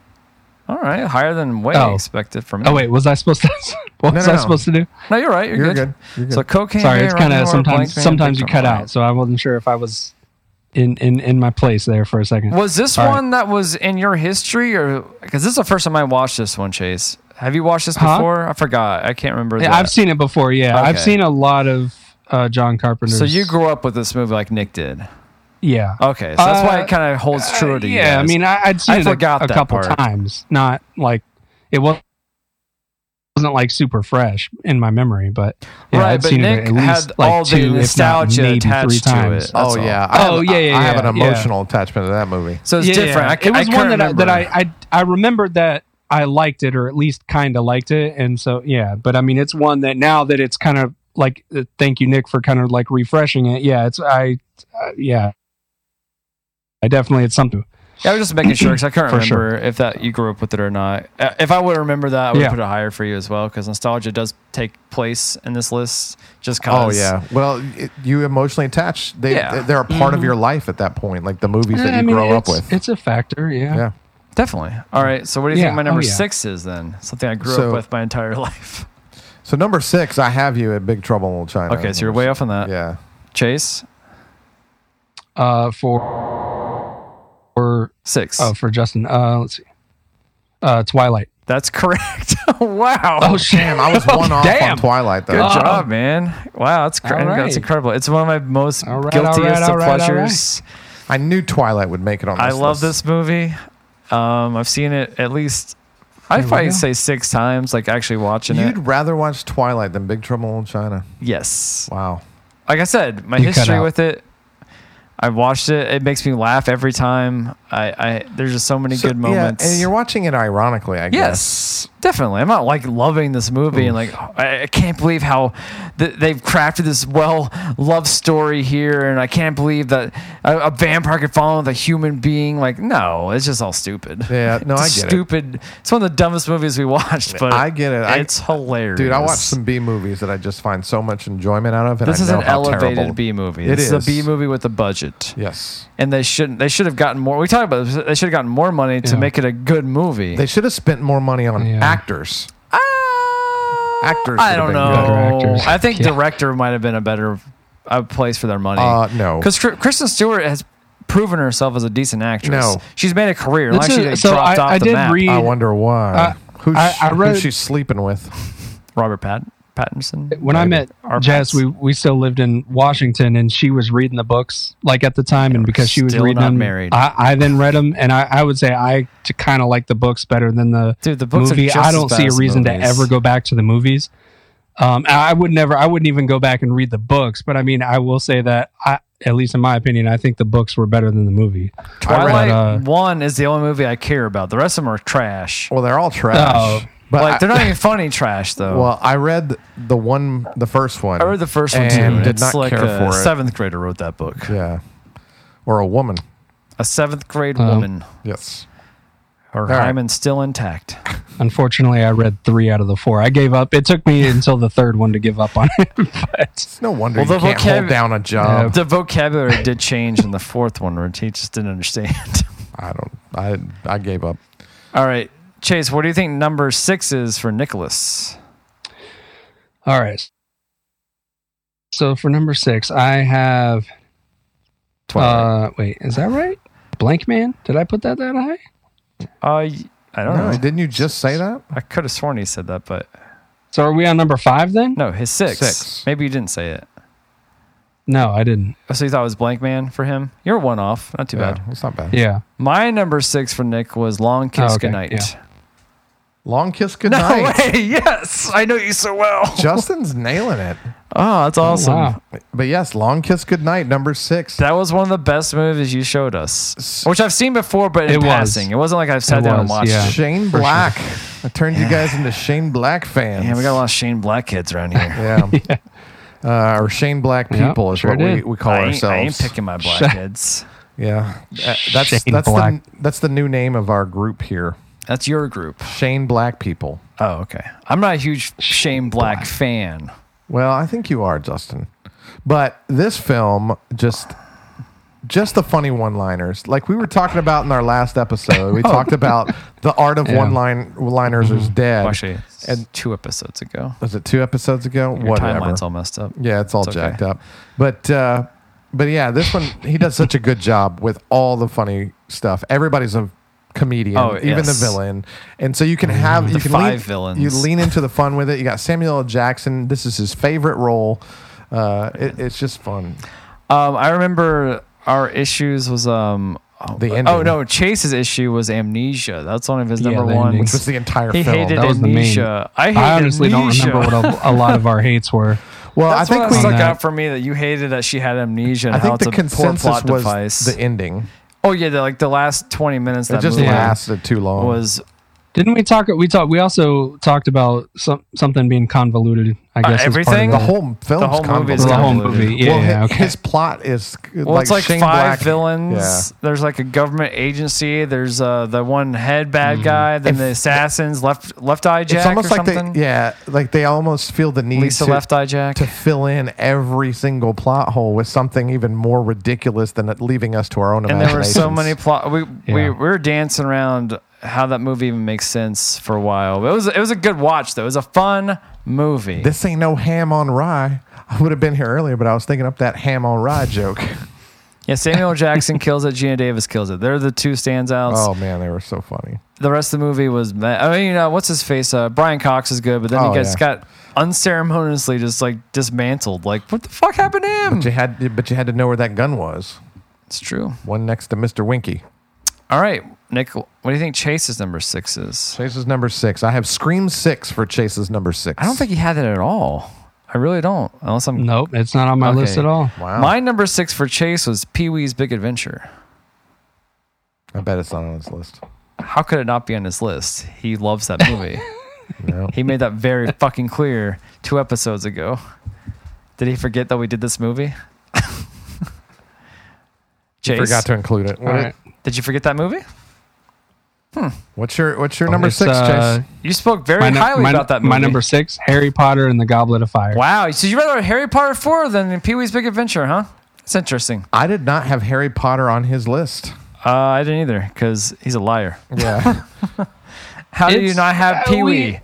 All right. Higher than way
Oh.
expected from me.
Oh wait, was I supposed to? <laughs> what
No,
was
no,
I
no.
supposed to do?
No, you're right. You're,
You're
good.
good. You're good.
So cocaine.
Sorry, it's kind
Rocky
of
Horror,
sometimes
Blank Man,
sometimes
Big
you
Trouble.
cut out, so I wasn't sure if I was in in in my place there for a second.
Was this
All right.
one that was in your history, or because this is the first time I watched this one, Chase? Have you watched this
Huh?
before? I forgot. I can't remember.
Yeah,
that.
I've seen it before. Yeah, I've
Okay.
seen a lot of uh, John Carpenter.
So you grew up with this movie like Nick did.
Yeah.
Okay, so that's why
Uh,
it kind of holds true to you.
yeah, I
guys.
mean, I, I'd seen
I
it
forgot
a, a
that
couple
part.
times. Not like it was. Wasn't like super fresh in my memory, but yeah,
Right,
I'd
but
seen
Nick
it at least
had
like
all the
two, if not
nostalgia
maybe three
attached to
times.
it.
Oh
That's all.
yeah. I
Oh,
have-
yeah, yeah,
I have an
yeah, yeah.
emotional attachment to that movie.
so it's
Yeah,
different. I c-
it was
I
one
couldn't
that I, that
remember.
I, I I remembered that I liked it or at least kind of liked it, and so yeah. But I mean, it's one that now that it's kind of like uh, thank you Nick for kind of like refreshing it. Yeah, it's I uh, yeah, I definitely it's something.
Yeah, I was just making sure because I couldn't
For
remember
sure.
if that you grew up with it or not. Uh, If I would remember that, I would
Yeah.
put it higher for you as well because nostalgia does take place in this list. Just
Oh
cause.
yeah. Well, it, you emotionally attach. They
Yeah. Mm-hmm.
they're a part of your life at that point, like the movies that
Yeah,
you
I mean,
grow up
it's-
with.
It's a factor, yeah.
Yeah.
definitely. All right, so what do you
Yeah,
think my
oh,
number
yeah.
six is then? Something I grew
So-
up with my entire <laughs> life.
So number six, I have you at Big Trouble in Little China.
Oh,
Okay, so you're way off on that.
Yeah.
Chase
Uh, for for
six.
oh for Justin. Uh, let's see. Uh, Twilight.
That's correct. <laughs> wow.
shit!
Damn, I
<laughs>
was one off on Twilight
Oh, Good
though.
job, man. Wow, that's cr-
All
that's
right.
incredible. It's one of my most
All right, all right,
guiltiest
all
of
right, all right.
pleasures.
I knew Twilight would make it on. This
I love
list.
this movie. Um, I've seen it at least. I
we
probably
go.
say six times, like actually watching it.
You'd rather watch Twilight than Big Trouble in Little China.
Yes.
Wow.
Like I said, my
You cut
history
out.
with it. I watched it. It makes me laugh every time. I, I there's just so many
So,
good moments.
Yeah, and you're watching it ironically, I guess.
Yes, definitely. I'm not like loving this movie and like I, I can't believe how th- they've crafted this well love story here, and I can't believe that a, a vampire could fall in with a human being. Like, no, it's just all stupid.
Yeah,
<laughs>
no,
It's
I
a
get it.
stupid. It's one of the dumbest movies we watched, but
I get it. I-
It's hilarious,
Dude, I watch some B movies that I just find so much enjoyment out of. And
This
I
is
know
an
how
elevated
terrible-
B movie.
It
this
is.
a B movie with a budget,
Yes.
and they shouldn't. They should have gotten more. We talked about this. They should have gotten more money to
Yeah.
make it a good movie.
They should have spent more money on
Yeah.
actors. Actors
Uh, I
would've
don't
been
know.
better actors.
I think
Yeah.
director might have been a better uh, place for their money.
Uh, no.
because Kristen Stewart has proven herself as a decent actress.
No.
she's made a career. Like
That's
she
a-
like,
so
dropped
I-
off
I
the
did
map.
read-
I wonder why.
Uh,
who's,
I- I
who's
read-
she sleeping with?
Robert Pat- Pattinson.
when I met
Our
Jess,
pets.
we, we still lived in Washington, and she was reading the books like at the time, and because she was
still
reading
not
them,
married.
I, I then read them, and I, I would say I to kind of like the books better than the
Dude, the books are
movie.
just
I
as
don't
bad
see a
as the
reason to
movies.
ever go back to the movies. Um, I I would never, I wouldn't even go back and read the books, but I mean, I will say that I, at least in my opinion, I think the books were better than the movie.
Twilight
But, uh,
One is the only movie I care about. The rest of them are trash.
Well, they're all trash.
Oh.
but
like
I-
they're not even funny trash though.
Well, I read the one, the first one.
I read the first one too.
and Did
it's
not
like
care
a
for it.
seventh grader wrote that book.
Yeah, or a woman.
A seventh grade
Um,
woman.
Yes.
Her
right.
hymen's still intact.
Unfortunately, I read three out of the four. I gave up. It took me until the third one to give up on it. <laughs> But
It's no wonder
Well,
you
the
can't
vocab-
hold down a job.
the vocabulary did change in the fourth one, which he just didn't understand. <laughs>
I don't. I I gave up.
All right, Chase, what do you think number six is for Nicholas?
all right. So for number six, I have Uh, wait, is that right? Blank Man? Did I put that that high?
Uh, y- I don't
No,
know.
didn't you just say that?
I could have sworn he said that, but
So are we on number five then?
no, his six.
Six.
Maybe you didn't say it.
No, I didn't.
Oh, So you thought it was blank man for him? You're one off. Not too
Yeah,
bad.
it's not bad.
Yeah.
My number six for Nick was Long Kiss
Oh, okay,
Goodnight.
yeah.
Long kiss
<laughs> No
goodnight.
way. Yes. I know you so
<laughs>
well.
Justin's nailing it.
Oh, that's awesome.
Wow.
But yes, long kiss goodnight. Number six.
That was one of the best movies you showed us, which I've seen before, but in
It was.
passing. It wasn't like I've sat
It
down and
was,
watched
yeah.
it.
Shane
for sure.
Black. I turned you guys into Shane Black fans.
Yeah, we got a lot of Shane Black kids around
<laughs>
here.
Yeah. Uh, or Shane Black
Yeah,
people is
sure
what we,
did.
we call
I ain't,
ourselves.
I ain't picking my black
Shut-
kids.
Yeah, Uh, that's
Shane
that's
Black.
the that's the new name of our group here.
That's your group.
Shane Black people.
Oh, okay. I'm not a huge Shane Black, fan.
Well, I think you are, Justin. But this film just just the funny one-liners. Like we were talking about in our last episode,
<laughs> Oh.
we talked about the art of
Yeah.
one-line-liners is dead.
Well, actually,
and
and two episodes ago.
was it two episodes ago?
Your timeline's all messed up.
Yeah, it's all
It's okay.
jacked up. But uh, but yeah, this one he does such a good job with all the funny stuff. Everybody's a comedian,
Oh,
even the
yes. Mm,
villain, and so you can have you
The
can
five
lean,
villains.
You lean into the fun with it. You got Samuel L. Jackson. This is his favorite role. Uh, it, it's just fun.
Um, I remember our issues was um. oh,
The
Oh
ending.
no, Chase's issue was amnesia. That's one of his
Yeah,
number
the ending.
ones.
Which
was the entire
He
film.
hated
That
was the main-
amnesia. I hated
I honestly don't
amnesia. <laughs>
remember what a, a lot of our hates were.
Well,
That's
I think
what
we.
stuck
on that.
out for me that you hated that she had amnesia. And
I
how
think
it's
the
a poor
consensus
plot
was
device.
the ending.
oh yeah, the, like the last twenty minutes
It
that
just
movie
Yeah.
lasted too long.
was.
Didn't we talk? We talked. We also talked about some, something being convoluted. I guess as part of
Uh, everything?
that.
the whole film.
whole movie is
the whole
convoluted.
movie. Yeah,
well, hi-
yeah, okay.
his plot is
Well,
like
it's like
Shane
five
Black.
villains.
Yeah.
There's like a government agency. There's uh, the one head bad guy. Then
Mm-hmm. If-
the assassins, left left eye jack.
It's almost
or
like
something.
they, yeah, like they almost feel the need
Lisa
to,
Left Eye Jack.
to fill in every single plot hole with something even more ridiculous than it leaving us to our own
and there were so
imaginations.
many plot. We, we
Yeah.
we were dancing around how that movie even makes sense for a while. But it was it was a good watch though. It was a fun movie.
This ain't no ham on rye. I would have been here earlier, but I was thinking up that ham on
<laughs>
rye joke.
yeah, Samuel Jackson kills it. Gina Davis kills it. They're the two standouts.
oh man, they were so funny.
The rest of the movie was. meh. I mean, uh, what's his face? Uh, Brian Cox is good, but then
Oh,
he gets
yeah.
got unceremoniously just like dismantled. Like what the fuck happened to him?
But you had, but you had to know where that gun was.
It's true.
One next to Mr. Winky.
All right, Nick. What do you think Chase's number six is?
Chase's number six. I have Scream six for Chase's number six.
I don't think he had that at all. I really don't. Unless I'm
Nope, it's not on my
Okay.
list at all.
Wow.
My number six for Chase was Pee Wee's Big Adventure.
I bet it's not on his list.
How could it not be on his list? He loves that
<laughs>
movie.
No.
he made that very fucking clear two episodes ago. Did he forget that we did this
<laughs>
movie? Chase,
Forgot to include it. What-
All right.
did you forget that movie?
What's your What's
Oh,
your number
It's,
six,
uh,
Chase?
You spoke very
my, nu-
highly
my,
about that movie.
my number six, Harry Potter and the Goblet of Fire.
Wow. So you rather Harry Potter 4 than Pee Wee's Big Adventure, huh? That's interesting.
I did not have Harry Potter on his list.
Uh, I didn't either because he's a liar.
Yeah,
<laughs> How do you
It's-
not have
uh,
Pee Wee?
we-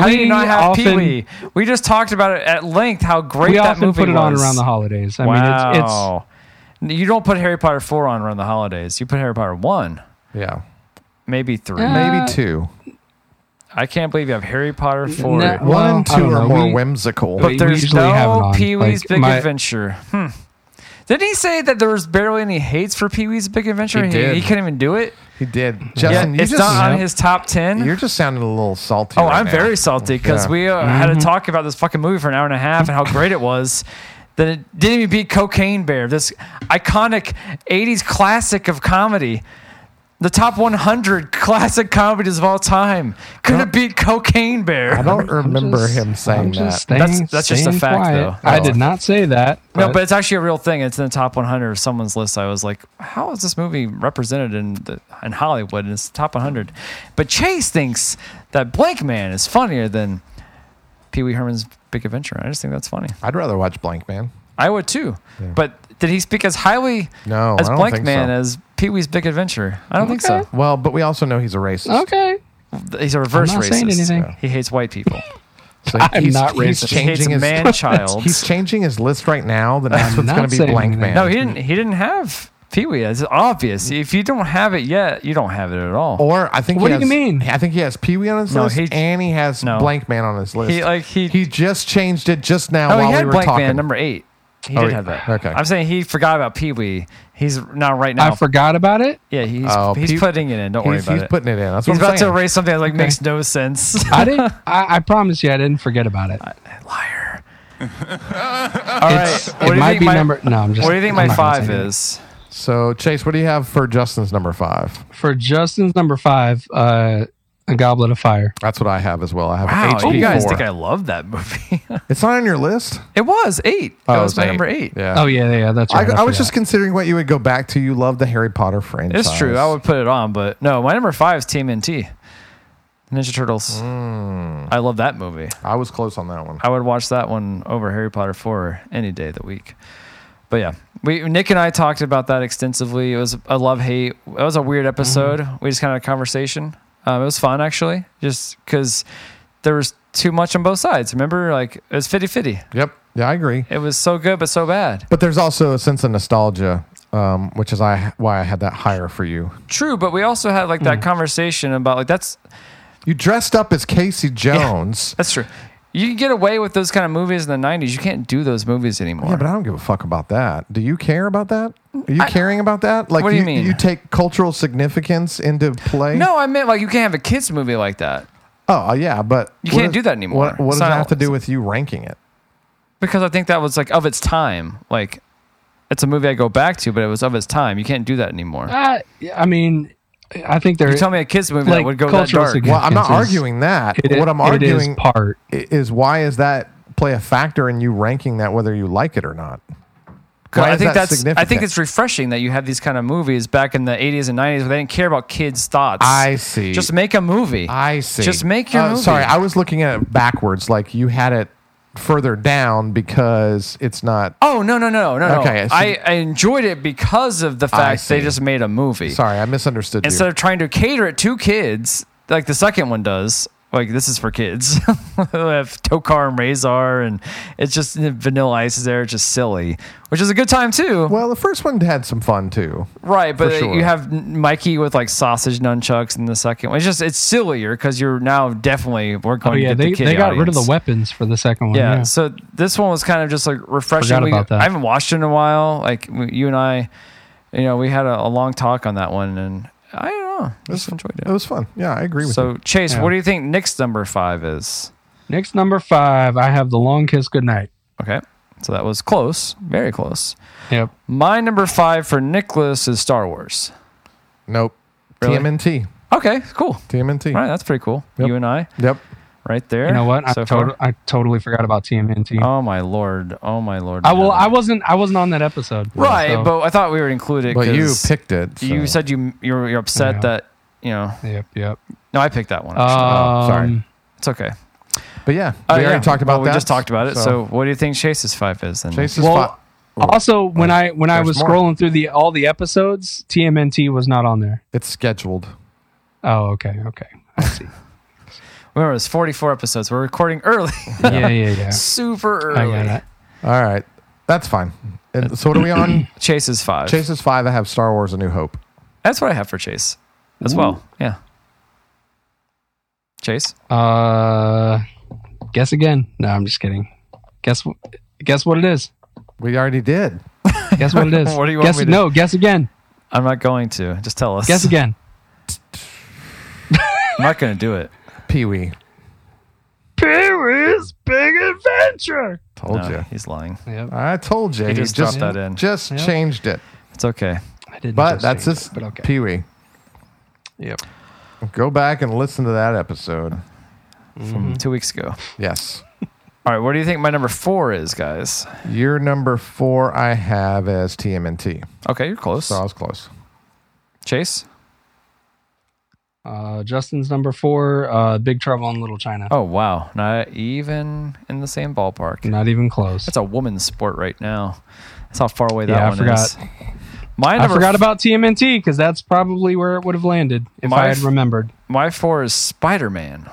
How do you
we
not have Pee
often-
Wee? We just talked about it at length how great
we
that
often
movie
put it
was.
on around the holidays. I
wow.
mean, it's,
you don't put Harry Potter 4 on around the holidays. You put Harry Potter 1,
yeah.
maybe 3.
Uh,
Maybe two.
I can't believe you have Harry Potter 4.
no.
One
well,
and
I
two
don't
are
know.
more
We-
whimsical.
we
But there's
usually have it
no
on.
Pee Wee's
Like,
Big
my-
Adventure. Hmm. Didn't he say that there was barely any hates for Pee Wee's Big Adventure?
He did.
he couldn't even do it.
he did.
Yeah,
Justin, you
it's
just,
not on his top 10.
You're just sounding a little salty.
Oh,
right
I'm
now.
very salty because
Yeah. Mm-hmm.
we uh, had to talk about this fucking movie for an hour and a half and how great it was. That it didn't even beat Cocaine Bear, this iconic 80s classic of comedy. The top 100 classic comedies of all time could have beat Cocaine
I
Bear.
don't remember
just-
him saying
I'm
that.
just staying,
That's- that's just a
staying
fact,
quiet.
though.
I
No.
did not say that.
No, but it's actually a real thing. It's in the top 100 of someone's list. I was like, how is this movie represented in the, in Hollywood? And it's the top 100. But Chase thinks that Blank Man is funnier than Pee Wee Herman's Big Adventure. I just think that's funny.
I'd rather watch Blank Man.
I would too. But did he speak as highly
No,
as
I don't
Blank
think
Man
so.
as Pee Wee's Big Adventure? I don't think so.
Well, but we also know he's a racist.
okay.
He's a reverse
I'm not
racist.
saying anything. Yeah.
He hates white
<laughs>
people.
So
I'm not racist.
he hates
<laughs>
man child.
He's changing his list right now. The next
I'm
one's
not
going to be
saying
Blank
anything.
Man.
no, he didn't. He didn't have Pee Wee. It's obvious. If you don't have it yet, you don't have it at all.
Or I think
What
he
do you
has-
mean?
I think he has Pee Wee on his
No,
list,
he-
and he has
no.
Blank Man on his list.
He, like, he-
just changed it just now
No,
while
he had
we were
Blank
talking.
Man number eight. He
Oh,
did
he-
have that.
okay.
I'm saying he forgot about Pee Wee. He's not right now.
I forgot about it.
yeah, he's,
Oh,
he's
Pee-
putting it in. Don't worry
He's,
about
he's
it.
putting it in. That's
he's
what I'm
about
saying.
to erase something that like makes no sense. <laughs>
I didn't. I, I promise you, I didn't forget about it.
Liar. <laughs> All right.
It's-
what do
it
you
might
think
be
my-
number. No, I'm just.
What do you think
I'm
my
not gonna
five
say it.
is?
So Chase, what do you have for Justin's number five?
for Justin's number five? Uh, a Goblet of Fire.
That's what I have as well. I have
Wow,
HP
you guys
four.
think I love that movie?
it's not on your list.
<laughs> it was eight.
Oh,
that
it
was
was
my
eight.
number eight.
Yeah.
Oh yeah, yeah, that's
I,
right.
I
forgot.
was just considering what you would go back to. You love the Harry Potter franchise.
It's true. I would put it on, but no, my number five is Team NT, Ninja Turtles. I love that movie.
I was close on that one.
I would watch that one over Harry Potter 4 any day of the week. But yeah, we Nick and I talked about that extensively. It was a love hate. It was a weird episode. We just kind of had a conversation. Um, it was fun actually, just because there was too much on both sides. Remember, like it was 50 50.
Yep. Yeah, I agree.
It was so good, but so bad.
But there's also a sense of nostalgia, um, which is I why I had that higher for you.
True, but we also had like that conversation about like that's
You dressed up as Casey Jones.
that's true. You can get away with those kind of movies in the '90s. You can't do those movies anymore.
Yeah, but I don't give a fuck about that. Do you care about that? Are you caring about that? Like
What do you mean?
You take cultural significance into play?
no, I meant like you can't have a kids movie like that
Oh yeah, but
You
what
can't do
does-
that anymore.
What, what
It's
does it
not-
have to do with you ranking it?
because I think that was like of its time. Like it's a movie I go back to, but it was of its time. You can't do that anymore.
Uh, I mean, I think there.
You tell me a kids movie that
Like
would go that
cultural
dark.
significance.
Well, I'm not
It's-
arguing that.
it-
what I'm
it is
arguing
part.
i- is why is that play a factor in you ranking that whether you like it or not? Why
I
is
think
that
that's. I think
significant?
it's refreshing that you have these kind of movies back in the 80s and 90s where they didn't care about kids' thoughts.
I see.
Just make a movie.
I see.
Just make your
Uh,
movie.
Sorry, I was looking at it backwards. Like you had it further down because it's not.
Oh no no no no no!
Okay, so-
I, I enjoyed it because of the fact they
see.
just made a movie.
Sorry, I misunderstood
Instead
you.
of trying to cater it to kids, like the second one does, like this is for kids. <laughs> We have Tokar and Razor, and it's just Vanilla Ice is there. It's just silly, which is a good time too,
Well, the first one had some fun too.
right? But
for sure.
you have Mikey with like sausage nunchucks in the second one. It's just it's sillier because you're now definitely we're
Oh
going
yeah,
to get
they,
the kid
they got rid of the
audience.
weapons for the second one.
Yeah,
Yeah.
So this one was kind of just like refreshing.
Forgot
We-
about that.
I haven't watched it in a while. Like we- you and I, you know, we had a, a long talk on that one, and I don't know, I just enjoyed
It
it.
was fun. Yeah, I agree with you.
So Chase,
Yeah.
what do you think Nick's number five is?
Next number five, I have the long kiss goodnight.
Okay, so that was close, very close.
Yep.
My number five for Nicholas is Star Wars.
Nope.
Really?
TMNT.
Okay, cool.
TMNT.
All right, that's pretty cool.
Yep.
You and I,
Yep.
right there.
You know what? I,
So far.
tot- I totally forgot about TMNT.
Oh my lord! Oh my lord!
I will. I
will.
wasn't. I wasn't on that episode.
Right,
so-
but I thought we would include it.
But you
'cause
picked it.
You
so-
said you you're, you're upset
Yeah.
that you know.
Yep. Yep.
No, I picked that one.
Um,
Actually. Oh,
sorry.
it's okay.
But yeah,
Uh,
we
yeah.
already talked about
Well,
that.
We just talked about it. So, what do you think Chase's five is? Then?
Chase is
Well,
Oh,
fi-
also when I when I
There's
was
more.
scrolling through the all the episodes, TMNT was not on there.
It's scheduled.
Oh, okay, okay.
<laughs>
I see.
remember it's forty-four episodes. We're recording early, <laughs>
yeah, yeah, yeah.
super
I got
early.
it.
All right. That's fine. And so what are we
<clears throat>
on?
Chase's five.
Chase is five. I have Star Wars: A New Hope.
That's what I have for Chase as well. Yeah. Chase.
Uh, guess again. No, I'm just kidding. Guess wh- guess what it is.
We already did.
<laughs>
Guess what it is.
What do you want
guess,
me to-
No, guess again.
I'm not going to. Just tell us.
Guess again.
I'm not going to
<laughs>
do it.
Pee Wee.
Pee-wee's Big Adventure.
Told
No,
you.
he's lying.
Yep.
I told you.
He
He
just
just,
dropped that in.
Just
Yep.
changed it.
It's okay.
I didn't
But
just
that's
change it,
just
But okay.
Pee Wee.
yep.
Go back and listen to that episode.
Mm-hmm.
From two weeks ago.
Yes.
All right. What do you think my number four is, guys?
Year number four, I have as TMNT.
Okay, you're close.
So I was close.
Chase.
Uh, Justin's number four. Uh, Big Trouble in Little China.
Oh wow, not even in the same ballpark.
Not even close.
That's a woman's sport right now. That's how far away that
Yeah, I
one
forgot.
is. My
I
number
forgot about TMNT because that's probably where it would have landed if
My
I had
f-
remembered.
my four is Spider Man.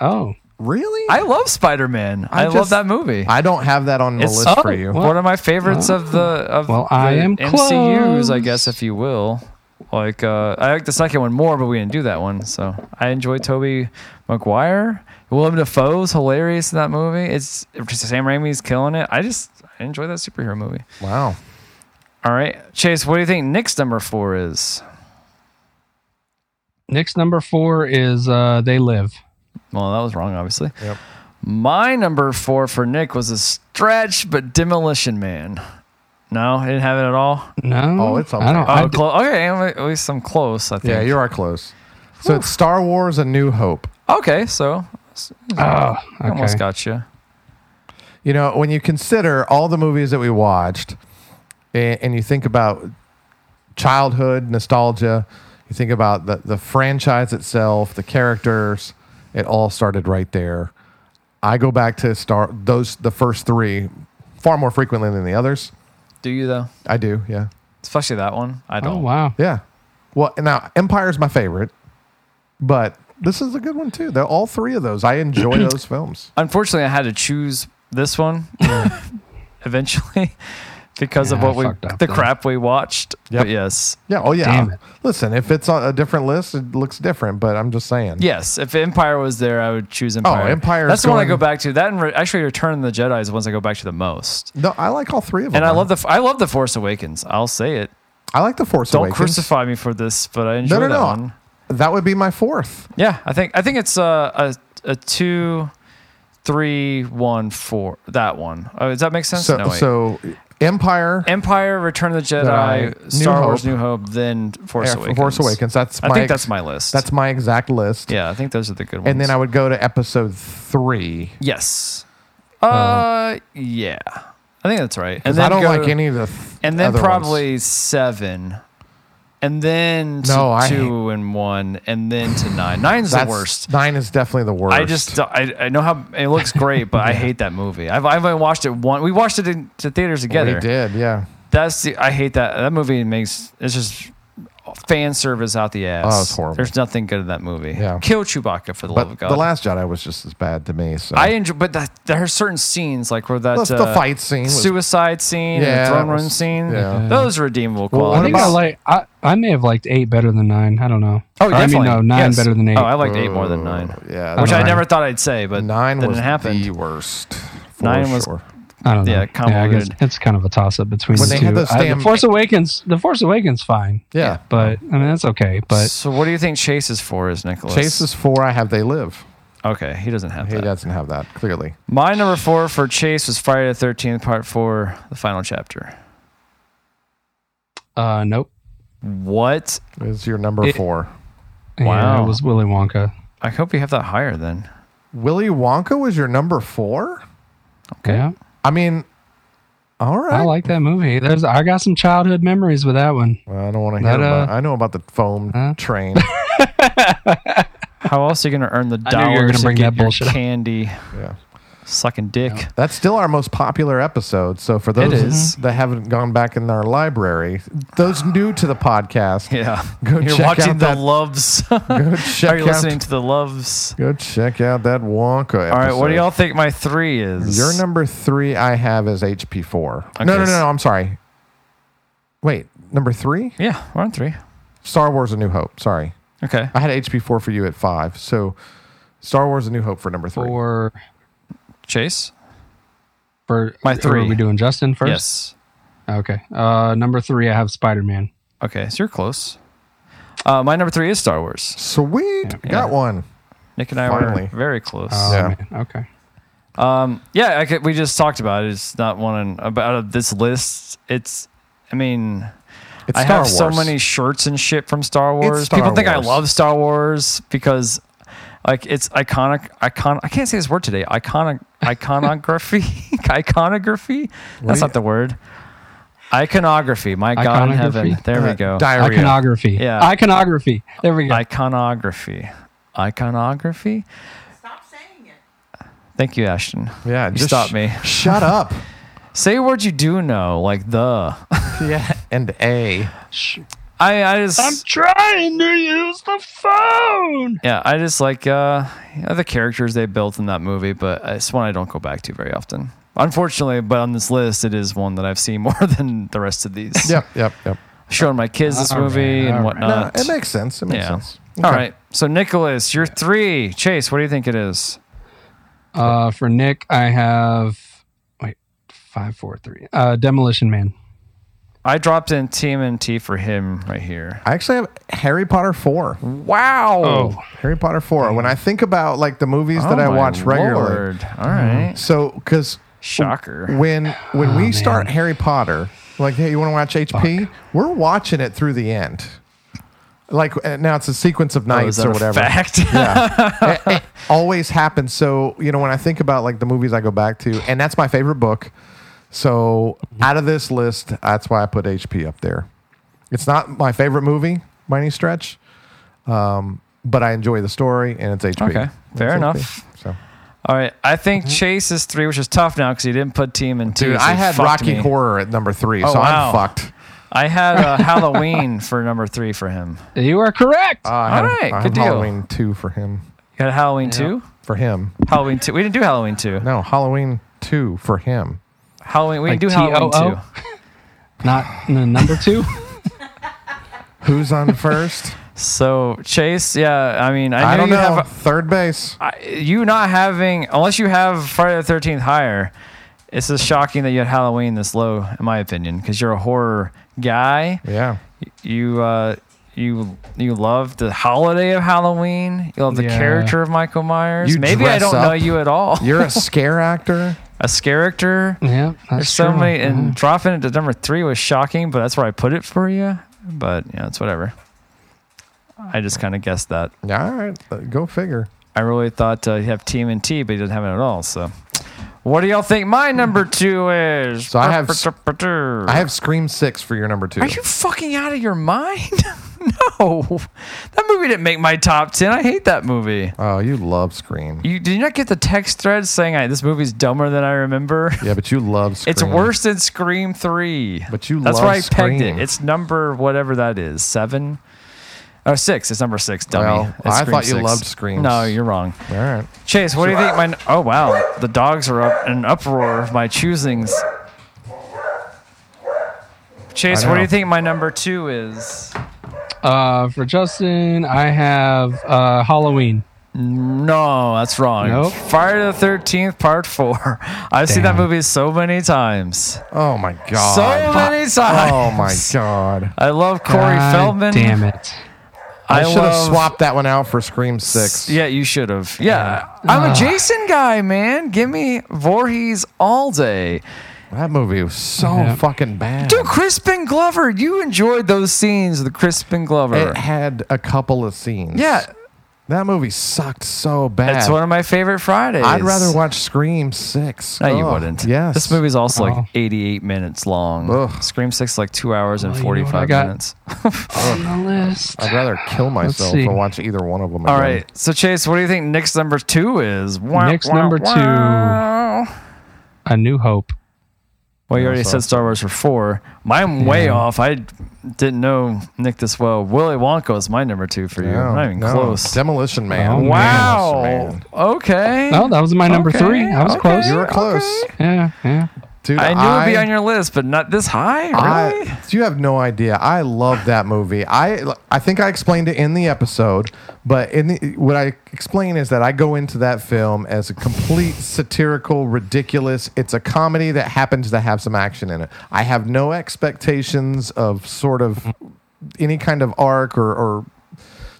Oh,
Really? I,
I love Spider Man. I, love
just-
that movie.
don't have that on the
It's-
list for
oh,
you.
well-
One of my favorites of the of
Well,
the
I am
MCU's, I
close.
guess, if you will. Like uh, I like the second one more, but we didn't do that one. So I enjoy Toby Maguire. Willem Dafoe's hilarious in that movie. It's Sam Raimi's killing it. I just I enjoy that superhero movie.
Wow.
All right, Chase, what do you think Nick's number four is?
Nick's number four is uh, They Live.
Well, that was wrong, obviously.
Yep.
My number four for Nick was a stretch, but Demolition Man. No, I didn't have it at all.
No,
Oh, it's
I don't.
okay.
I
Oh,
d-
clo- okay, at least I'm close. I think.
Yeah, you are close. So it's Star Wars: A New Hope.
Okay, so
oh,
I almost
okay.
got you.
You know, when you consider all the movies that we watched and, and you think about childhood nostalgia, you think about the, the franchise itself, the characters, it all started right there. I go back to star those the first three far more frequently than the others.
Do you though?
I do, yeah.
Especially that one. I don't.
Oh wow.
Yeah. Well, now Empire's my favorite, but this is a good one too. They're all three of those. I enjoy those films.
Unfortunately, I had to choose this one <laughs> eventually <laughs> because
Yeah,
of what
I
we
fucked up
the
then.
crap we watched.
Yep.
But yes.
Yeah. Oh yeah.
Damn it.
Listen, if it's on a different list, it looks different. But I'm just saying.
Yes, if Empire was there, I would choose Empire.
Oh, Empire's
That's the one I go
going-
back to. That and re- actually Return of the Jedi is the ones I go back to the most.
No, I like all three of them.
And I love the I love the Force Awakens. I'll say it.
I like the Force
Don't
Awakens.
crucify me for this, but I enjoy
No, no,
that
no.
one.
That would be my fourth.
Yeah, I think I think it's a a, a two, three, one, four. That one. Oh, does that make sense?
So,
no, wait.
so Empire,
Empire, Return of the Jedi,
Jedi, New
Star Wars,
Hope,
New Hope, then Force
Air-
Awakens.
Force Awakens. That's
I
my
think
ex-
that's my list.
that's my exact list.
yeah. I think those are the good ones.
And then I would go to episode three.
yes. Uh, yeah. I think that's right. And
'Cause
then
I don't
go-
like any of the. th-
And then
other ones.
probably seven. And then to
No, I
two and one, and then to nine. Nine's the
That's-
worst.
Nine is definitely the worst.
I just I, I know how it looks great,
<laughs>
but I hate that movie. I've I've only watched it one. We watched it in to theaters together.
we did. Yeah.
That's the I hate that that movie makes it's just fan service out the ass.
Oh, it's horrible.
There's nothing good in that movie.
Yeah.
Kill Chewbacca for the love
But
of God.
the Last Jedi was just as bad to me. So
I enjoy, but that, there are certain scenes like where that uh,
Plus the fight scene was-
suicide scene, and
Yeah,
the throne
that
room
was-
scene.
yeah.
Those are redeemable
Well,
qualities.
I think I
about-
like I, I may have liked eight better than nine. I don't know.
Oh,
Or, I mean,
definitely.
no, nine
Yes.
better than eight.
Oh, I liked eight more than
Oh,
nine.
yeah,
which I
nine-
never thought I'd say, but
nine
then
was
it happened.
the worst. for
Nine was-
sure.
I don't know.
Yeah,
I guess
convoluted.
it's kind of a toss up between
When
the
they
two.
had those
I-
damn-
the Force Awakens, the Force Awakens, fine.
Yeah.
but I mean that's okay. But
so, what do you think Chase is for? Is Nicholas
Chase is four. I have they live.
okay? He doesn't have
He
that.
doesn't have that clearly.
My number four for Chase was Friday the Thirteenth Part Four, the final chapter.
uh, nope.
What?
Is your number
It-
four?
Yeah,
Wow.
it was Willy Wonka.
I hope you have that higher then.
Willy Wonka was your number four.
Okay. Yeah,
I mean, all right.
I like that movie. There's I got some childhood memories with that one.
Well, I don't want to hear.
That,
about,
uh,
I know about the foam
huh?
<laughs>
train.
How else are you going to earn the
I knew you were gonna
dollars to
bring
get
that
your
bullshit up.
candy?
yeah,
Sucking dick.
that's still our most popular episode. So for those
is. Mm-hmm.
that haven't gone back in our library, those new to the podcast,
<laughs> Yeah.
Go
You're
check
watching
out
the
that-
loves. <laughs>
go check
are you
out.
listening to the loves?
Go check out that Wonka. Episode.
All right. What do y'all think my three is?
Your number three I have is HP four. No, no, no,
Okay.
no. I'm sorry. Wait, number three?
Yeah, we're on three.
Star Wars: A New Hope. Sorry,
Okay.
I had HP four for you at five. So, Star Wars: A New Hope for number three.
For
Chase?
for
My
or
three.
Are we doing Justin first?
Yes.
Okay. Uh, number three, I have Spider Man.
Okay. So you're close. Uh, my number three is Star Wars.
Sweet, got one.
Nick and I
Finally.
were very close.
Oh,
Yeah.
man. Okay.
yeah, I could, we just talked about it. It's not one uh, on, about this list. It's, I mean,
It's
I
Star
have so
Wars.
many shirts and shit from Star Wars.
Star
People think I
Wars.
love Star Wars because like it's iconic icon I can't say this word today.
<laughs>
Iconic iconography. <laughs> iconography? That's
do
not the word. Iconography. My God in heaven.
Iconography?
There we
Uh,
go.
Diarrhea.
Iconography.
Yeah.
Iconography. There we go.
Iconography. Iconography?
Stop saying it.
Thank you, Ashton.
Yeah,
You
just
stop
sh-
me.
<laughs> Shut up.
Say a word you do know, like the. <laughs>
yeah, and A.
I, I just
trying to use the phone.
Yeah, I just like uh, you know, the characters they built in that movie, but it's one I don't go back to very often. Unfortunately, but on this list, it is one that I've seen <laughs> more than the rest of these.
Yep, yep, yep.
<laughs> Showing my kids this
All right,
movie
all
and
right.
No,
whatnot.
it makes sense. It makes
Uh, yeah.
sense.
All
Okay.
right. So, Nicholas, you're three. Chase, what do you think it is?
Uh, for Nick, I have wait five, four, three. Uh, Demolition Man.
I dropped in TMNT for him right here.
I actually have Harry Potter four.
Wow.
Harry Potter four. When I think about like the movies that I
Oh my
watch regularly, Mm-hmm.
Lord. All right.
so because
Shocker.
when when
Oh,
we start Harry Potter, like, hey, you want to watch HP? We're watching it through the end. Like uh, now, it's a sequence of
Oh, is
nights
that
or
a
whatever.
fact?
<laughs> it, it always happens. So you know, when I think about like the movies I go back to, and that's my favorite book. So out of this list, that's why I put HP up there. It's not my favorite movie by any stretch, um, but I enjoy the story, and it's HP.
Okay, fair
It's
enough.
So,
<laughs> All right. I think Chase is three, which is tough now because he didn't put TMNT.
Mm-hmm. dude,
so
I
he
had
fucked
Rocky
me.
Horror at number three,
Oh,
so
wow.
I'm fucked.
I had uh, Halloween for number three for him.
You are correct.
Uh, I had,
All right,
I had
good deal.
Halloween two for him.
You had Halloween two.
For him,
Halloween two. We didn't do Halloween two.
no, Halloween two for him.
Halloween. We
Like
didn't do Halloween
T O O?
two.
Not n- number two.
<laughs>
Who's on first?
So Chase, yeah, I mean, I,
I
knew
don't
you
know.
have
Third base.
I, you not having unless you have Friday the Thirteenth higher. It's just shocking that you had Halloween this low, in my opinion, because you're a horror guy.
Yeah.
You uh, you you love the holiday of Halloween. You love the
Yeah.
character of Michael Myers.
You
Maybe I
dress
don't know
up.
you at all.
You're
<laughs>
a scare actor.
a character.
yeah, that's
There's so
true.
many,
Uh-huh.
and dropping it to number three was shocking, but that's where I put it for you. But you know, it's whatever. I just kind of guessed that.
Yeah, All right. uh, Go figure.
I really thought uh, he'd have Team and T, but he doesn't have it at all. So, what do y'all think my number two is?
So I have- I
I
have Scream 6 for your number two.
Are you fucking out of your mind? <laughs> no, that movie didn't make my top ten. I hate that movie.
oh, you love Scream.
You did you not get the text thread saying I, this movie's dumber than I remember?
Yeah, but you love Scream.
It's worse than Scream Three.
But you
that's
love
where I pegged
Scream.
it. It's number whatever that is seven. Or six. It's number six, dummy.
Well,
It's
I
Scream
thought you
six.
loved Scream.
No, you're wrong.
All right.
Chase, what do you think? My oh wow, the dogs are up in an uproar of my choosings. Chase,
I
what do
know.
you think my number two is?
Uh, for Justin, I have uh, Halloween.
No, that's wrong.
Nope.
Friday the Thirteenth Part Four. <laughs> I've seen that
Damn.
movie so many times,
Oh, my God.
so many times.
Oh, my God.
I love Corey
God
Feldman.
Damn it.
I, should have
love-
swapped that one out for Scream 6.
Yeah, you should have. Yeah, I'm a
Ugh.
Jason guy, man. Give me Voorhees all day.
That movie was so
Yeah.
fucking bad.
Dude, Crispin Glover, you enjoyed those scenes with Crispin Glover.
Eh,
it had a couple of scenes.
yeah,
That movie sucked so bad.
eh.
It's one of my favorite Fridays.
I'd rather watch Scream 6.
No, you
Ugh,
wouldn't.
Yes.
This movie's also
Oh.
like 88 minutes long.
Ugh.
Scream 6 is like two hours and
Well, Oh, you know
45
what I got?
minutes.
On the list.
I'd rather kill myself
see.
than watch either one of them.
All
again.
right. So, Chase, what do you think Nick's number two is?
Nick's number two. A New Hope.
Well, you already
sorry.
said Star Wars for four. Mine way off. I didn't know Nick this well. Willy Wonka is my number two for you.
No,
Not even
no.
close.
Demolition Man.
Oh,
wow.
Demolition Man.
Okay.
Oh, that was my number
Okay,
three. I was
okay.
close.
You were close.
Yeah, yeah.
Dude,
I knew it'd be on your list, but not this high. Really?
I, you have no idea. I love that movie. I I think I explained it in the episode, but in the, what I explain is that I go into that film as a complete satirical, ridiculous. It's a comedy that happens to have some action in it. I have no expectations of sort of any kind of arc or, or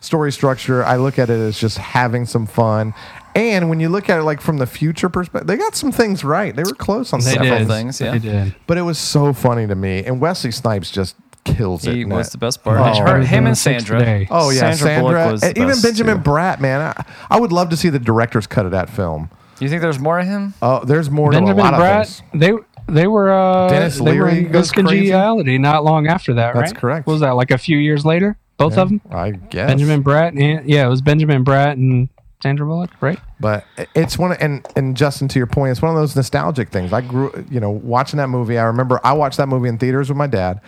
story structure. I look at it as just having some fun. And when you look at it like from the future perspective, they got some things right. They were close on
They
several
did.
things.
things, yeah.
They did.
But it was so funny to me. And Wesley Snipes just kills it.
He
in
was
that.
the best part.
Oh.
Her- him and
Six
Sandra.
today.
Oh yeah, Sandra,
Bullock was the
and even
best,
Benjamin
too.
Bratt, man. I, I would love to see the director's cut of that film.
You think there's more of him?
Oh, there's more to a
Benjamin
lot of
Bratt,
things.
they they were uh
Dennis
they were
Leary
in
goes crazy?
miscongeniality not long after that, right?
That's correct.
What was that like a few years later? Both of them?
I guess.
Benjamin Bratt and yeah, it was Benjamin Bratt and Sandra Bullock,
<laughs>
right?
But it's one and and Justin, to your point, it's one of those nostalgic things. I grew, you know, watching that movie. I remember I watched that movie in theaters with my dad.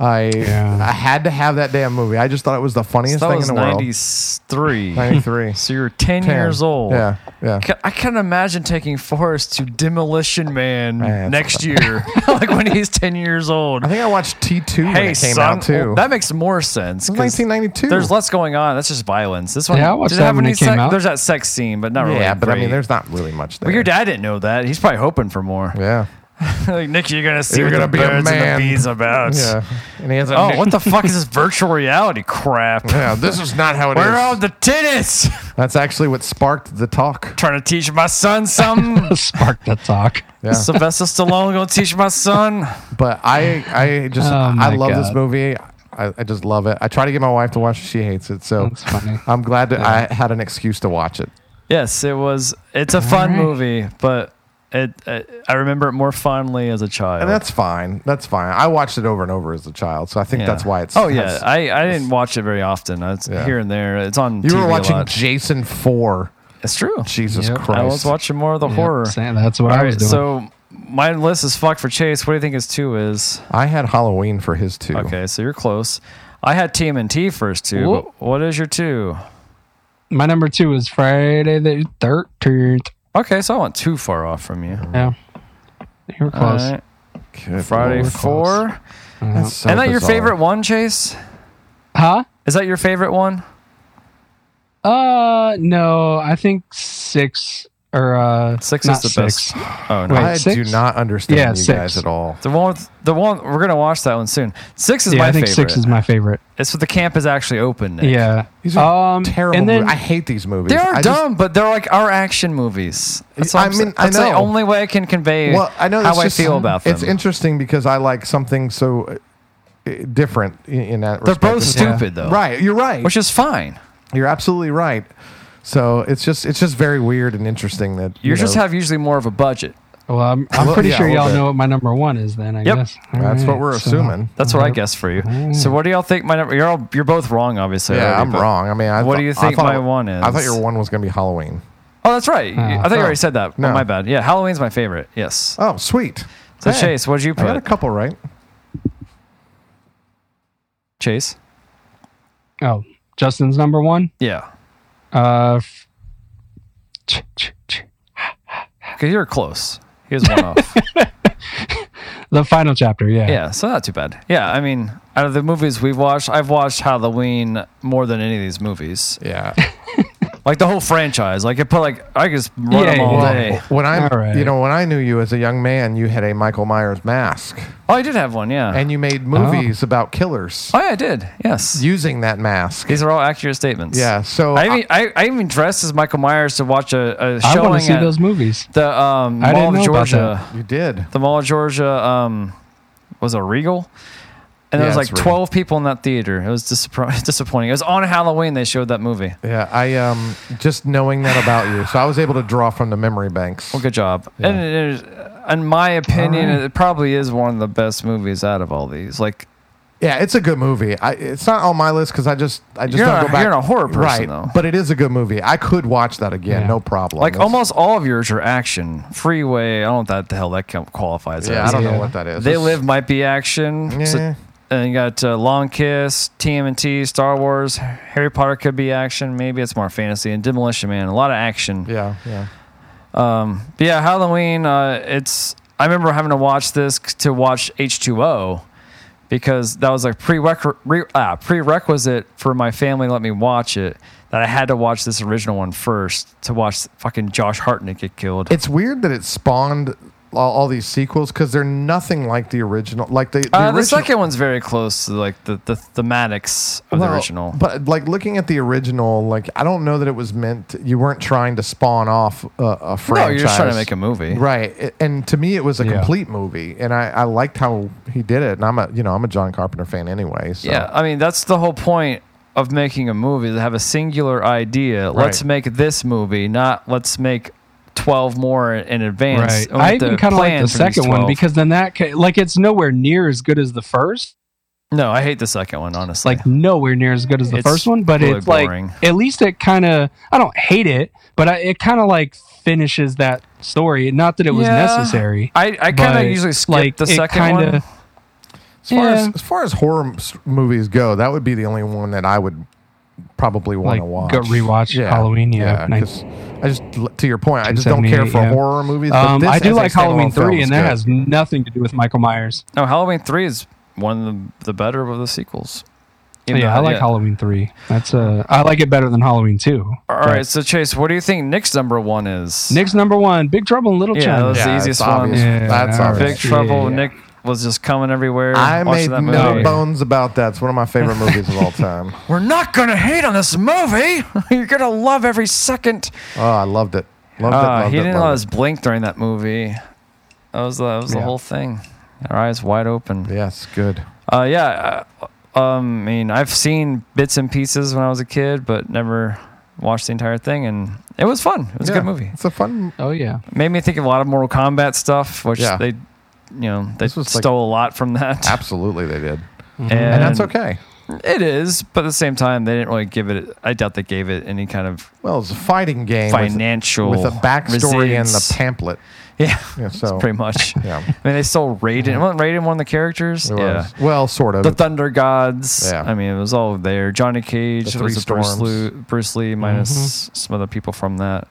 I
Yeah.
I had to have that damn movie. I just thought it was the funniest
that
thing in
was
the world.
93.
Ninety three.
so you're 10, <laughs> years old.
Yeah, yeah.
Ca- I can't imagine taking Forrest to Demolition Man
Man,
next
<laughs>
year, like when he's 10 years old.
I think I watched T two when
Hey,
it came
son,
out too.
well, that makes more sense. 'cause
1992.
There's less going on. That's just violence. This one,
Yeah, I watched
did
that
have
when
any
it came
sex-
out.
There's that sex scene, but not really.
yeah, but I mean,
great.
there's not really much there.
But your dad didn't know that. He's probably hoping for more.
Yeah.
<laughs> like, Nick, you're gonna see
You're
what
gonna
the
be a
birds
man."
and the bees about.
<laughs> Yeah. And he has
<laughs>
a
Oh, what the fuck is this virtual reality crap?
<laughs> Yeah, this is not how it is.
Where are the tennis? <laughs>
That's actually what sparked the talk.
Trying to teach my son something.
Spark the talk.
<laughs> Yeah.
Sylvester Stallone gonna teach my son.
But I I just
Oh,
I
my
love this
God.
movie. I, I just love it. I try to get my wife to watch it. She hates it. So
That's funny.
I'm glad that I had an excuse to watch it.
Yes, it was. It's a fun
right.
movie, but it, it I remember it more fondly as a child.
And that's fine. That's fine. I watched it over and over as a child. So I think
Yeah.
that's why it's.
Oh yeah,
that's-
I, I didn't watch it very often. It's
Yeah.
here and there. It's on.
you
TV
were
A
watching
lot.
Jason 4.
it's true.
Jesus
Yep. I
Christ.
I was watching more of the
Yep,
horror.
Sam, that's what I
All
was
right,
doing.
so my list is fuck for Chase. What do you think his two is?
I had Halloween for his two.
Okay, so you're close. I had TMNT first two.
Whoa.
but What is your two?
my number two is Friday the thirteenth.
Okay, so I went too far off from you.
Yeah. You were
All
close.
right.
Good
Friday
Lord.
four.
That's so
and that your
bizarre.
favorite one, Chase?
Huh?
Is that your favorite one?
Uh, no. I think six or uh
Six
not
is the
six.
best. Oh no.
Wait.
I
six?
do not understand
Yeah,
you
six.
guys at all.
The one with the one we're gonna watch that one soon. Six is
Yeah,
my
I think
favorite.
six is my favorite.
it's what the camp is actually open. Nick.
Yeah.
These are
um,
terrible.
And then
movies. I hate these movies.
They are
I just-
dumb, but they're like our action movies. That's,
I
I
mean,
mean,
I
that's the
know.
only way I can convey
well, I know that's
how I
just-
feel about them.
It's interesting because I like something so uh, uh, different in, in that.
they're
respect.
both
It's-
Yeah.
stupid though,
Right, you're right.
Which is fine.
You're absolutely right. So it's just it's just very weird and interesting that you
Yours just
know,
have usually more of a budget.
well, I'm,
Well,
I'm pretty
yeah,
sure
a little
y'all
bit.
know what my number one is. Then I
Yep.
guess All
That's what
right,
we're
so-
assuming.
That's what I guess for you. So what do y'all think? My number, you're all, you're both wrong, obviously.
yeah,
already,
I'm
but-
wrong. I mean, I
What do
thou-
you
I
think
thought-
my one is?
I thought your one was going to be Halloween.
Oh, that's right. You- I thought you already said that.
No.
Oh, my bad. Yeah, Halloween's my favorite. Yes.
Oh, sweet.
So
Hey,
Chase, what'd you
I got a
put?
couple right.
Chase.
Oh, Justin's number one.
Yeah,
Uh, f- ch- ch- ch-
because you're close. Here's
<laughs>
one off.
the final chapter. Yeah.
Yeah, so not too bad. Yeah, I mean, out of the movies we've watched, I've watched Halloween more than any of these movies. <laughs>
Yeah.
Like the whole franchise. Like I put like I could just run
Yeah,
them all
yeah.
day.
when I,
All right.
you know, when I knew you as a young man, you had a Michael Myers mask,
Oh, I did have one. Yeah.
and you made movies about killers
oh, yeah, I did. Yes.
using that mask.
these are all accurate statements.
Yeah. So
I even I, I even dressed as Michael Myers to watch a, a
I
showing
want to see
at
those movies.
the um,
I
Mall
didn't
of
know about
Georgia.
you did.
the Mall of Georgia um, was a Regal, and
Yeah,
there was like
it's Regal.
twelve people in that theater. It was disapp- <laughs> disappointing. It was on Halloween they showed that movie.
Yeah. I um just knowing that about you, so I was able to draw from the memory banks.
Well, good job. And it is, in my opinion, it probably is one of the best movies out of all these. Like
Yeah, it's a good movie. I, it's not on my list because I just I just
You're
don't
not-
go back.
you're not a horror person,
right?
though.
But it is a good movie. I could watch that again,
Yeah.
no problem.
like
That's-
almost all of yours are action. Freeway. I don't know what that the hell that count- qualifies
Yeah, I
as.
don't know
Yeah.
what that is.
They
It's-
live might be action.
Yeah.
So, and you got uh, Long Kiss, TMNT, Star Wars, Harry Potter could be action. Maybe it's more fantasy and Demolition Man. A lot of action.
Yeah, yeah.
But yeah, Halloween. Uh, it's I remember having to watch this c- to watch H two O because that was like prerequisite re, uh, prerequisite for my family to let me watch it. That I had to watch this original one first to watch fucking Josh Hartnett get killed.
It's weird that it spawned all, all these sequels because they're nothing like the original. Like the the,
uh,
original,
the second one's very close to like the, the thematics of
Well,
the original.
But like looking at the original, like I don't know that it was meant. you weren't trying to spawn off a, a franchise.
No, you're just trying to make a movie.
Right, It- and to me, it was a
Yeah.
complete movie, and I, I liked how he did it. And I'm a you know I'm a John Carpenter fan anyway. So.
Yeah, I mean that's the whole point of making a movie to have a singular idea. Let's make this movie, not let's make twelve more in advance.
Right.
and we
I
have to
even kind of like
plan
the
for these
second one
12.
because then that ca- like it's nowhere near as good as the first.
no, I hate the second one honestly.
Like nowhere near as good as the
It's
first one, but
really
it's
boring.
like at least it kind of I don't hate it, but I, it kind of like finishes that story. Not that it was
Yeah.
necessary.
I, I kind of
but,
usually skip
like,
the
it
second
kinda-
one.
As far as
Yeah.
as far as horror m- s- movies go, that would be the only one that I would probably want to watch.
Like, go rewatch Halloween, yeah, nice.
'cause I just l- to your point, I just don't care
1978,
for
yeah.
horror movies. but
Um,
this
I do
as a
like Halloween
standalone film
three,
is
and that
good.
has nothing to do with Michael Myers.
No, Halloween three is one of the, the better of the sequels. Even
yeah,
though-
I like Halloween three. That's uh, I like it better than Halloween two.
All
But
right, so Chase, what do you think Nick's number one is?
Nick's number one, Big Trouble in Little
Yeah,
China.
that was- the
it's
easiest
obvious.
one.
Yeah,
That's
all right.
Big
obvious.
Yeah,
Trouble.
yeah.
Nick was just coming everywhere.
I
watching
made
that
no
movie.
bones about that. It's one of
<laughs>
my favorite movies of all time.
We're not gonna hate on this movie. <laughs> You're gonna love every second.
Oh, I loved it. Loved it.
Uh,
Loved
he
it,
didn't
loved
let
it.
us blink during that movie. That was the, that was the
Yeah.
whole thing. Our eyes wide open.
Yes, good.
Uh, yeah. uh, Um, I mean, I've seen bits and pieces when I was a kid, but never watched the entire thing, and it was fun. It was
Yeah,
a good movie.
It's a fun.
Oh yeah.
Made me think of a lot of Mortal Kombat stuff, which
Yeah.
they, you know, they
This was like-
stole a lot from that. <laughs>
Absolutely, they did,
And,
and that's okay.
It is, but at the same time, they didn't really give it. I doubt they gave it any kind of <laughs>
Well, it's a fighting game with-
Financial
with, a backstory and the
resilience.
pamphlet.
yeah.
Yeah, so
pretty much.
<laughs> Yeah.
I mean, they stole Raiden. Wasn't Raiden one of the characters?
it was-
Yeah.
Well, sort of.
The Thunder Gods.
Yeah.
I mean, it was all there. Johnny Cage.
The
there was
Three
a Bruce,
Storms. Mm-hmm.
Lu- Bruce Lee minus some other people from that.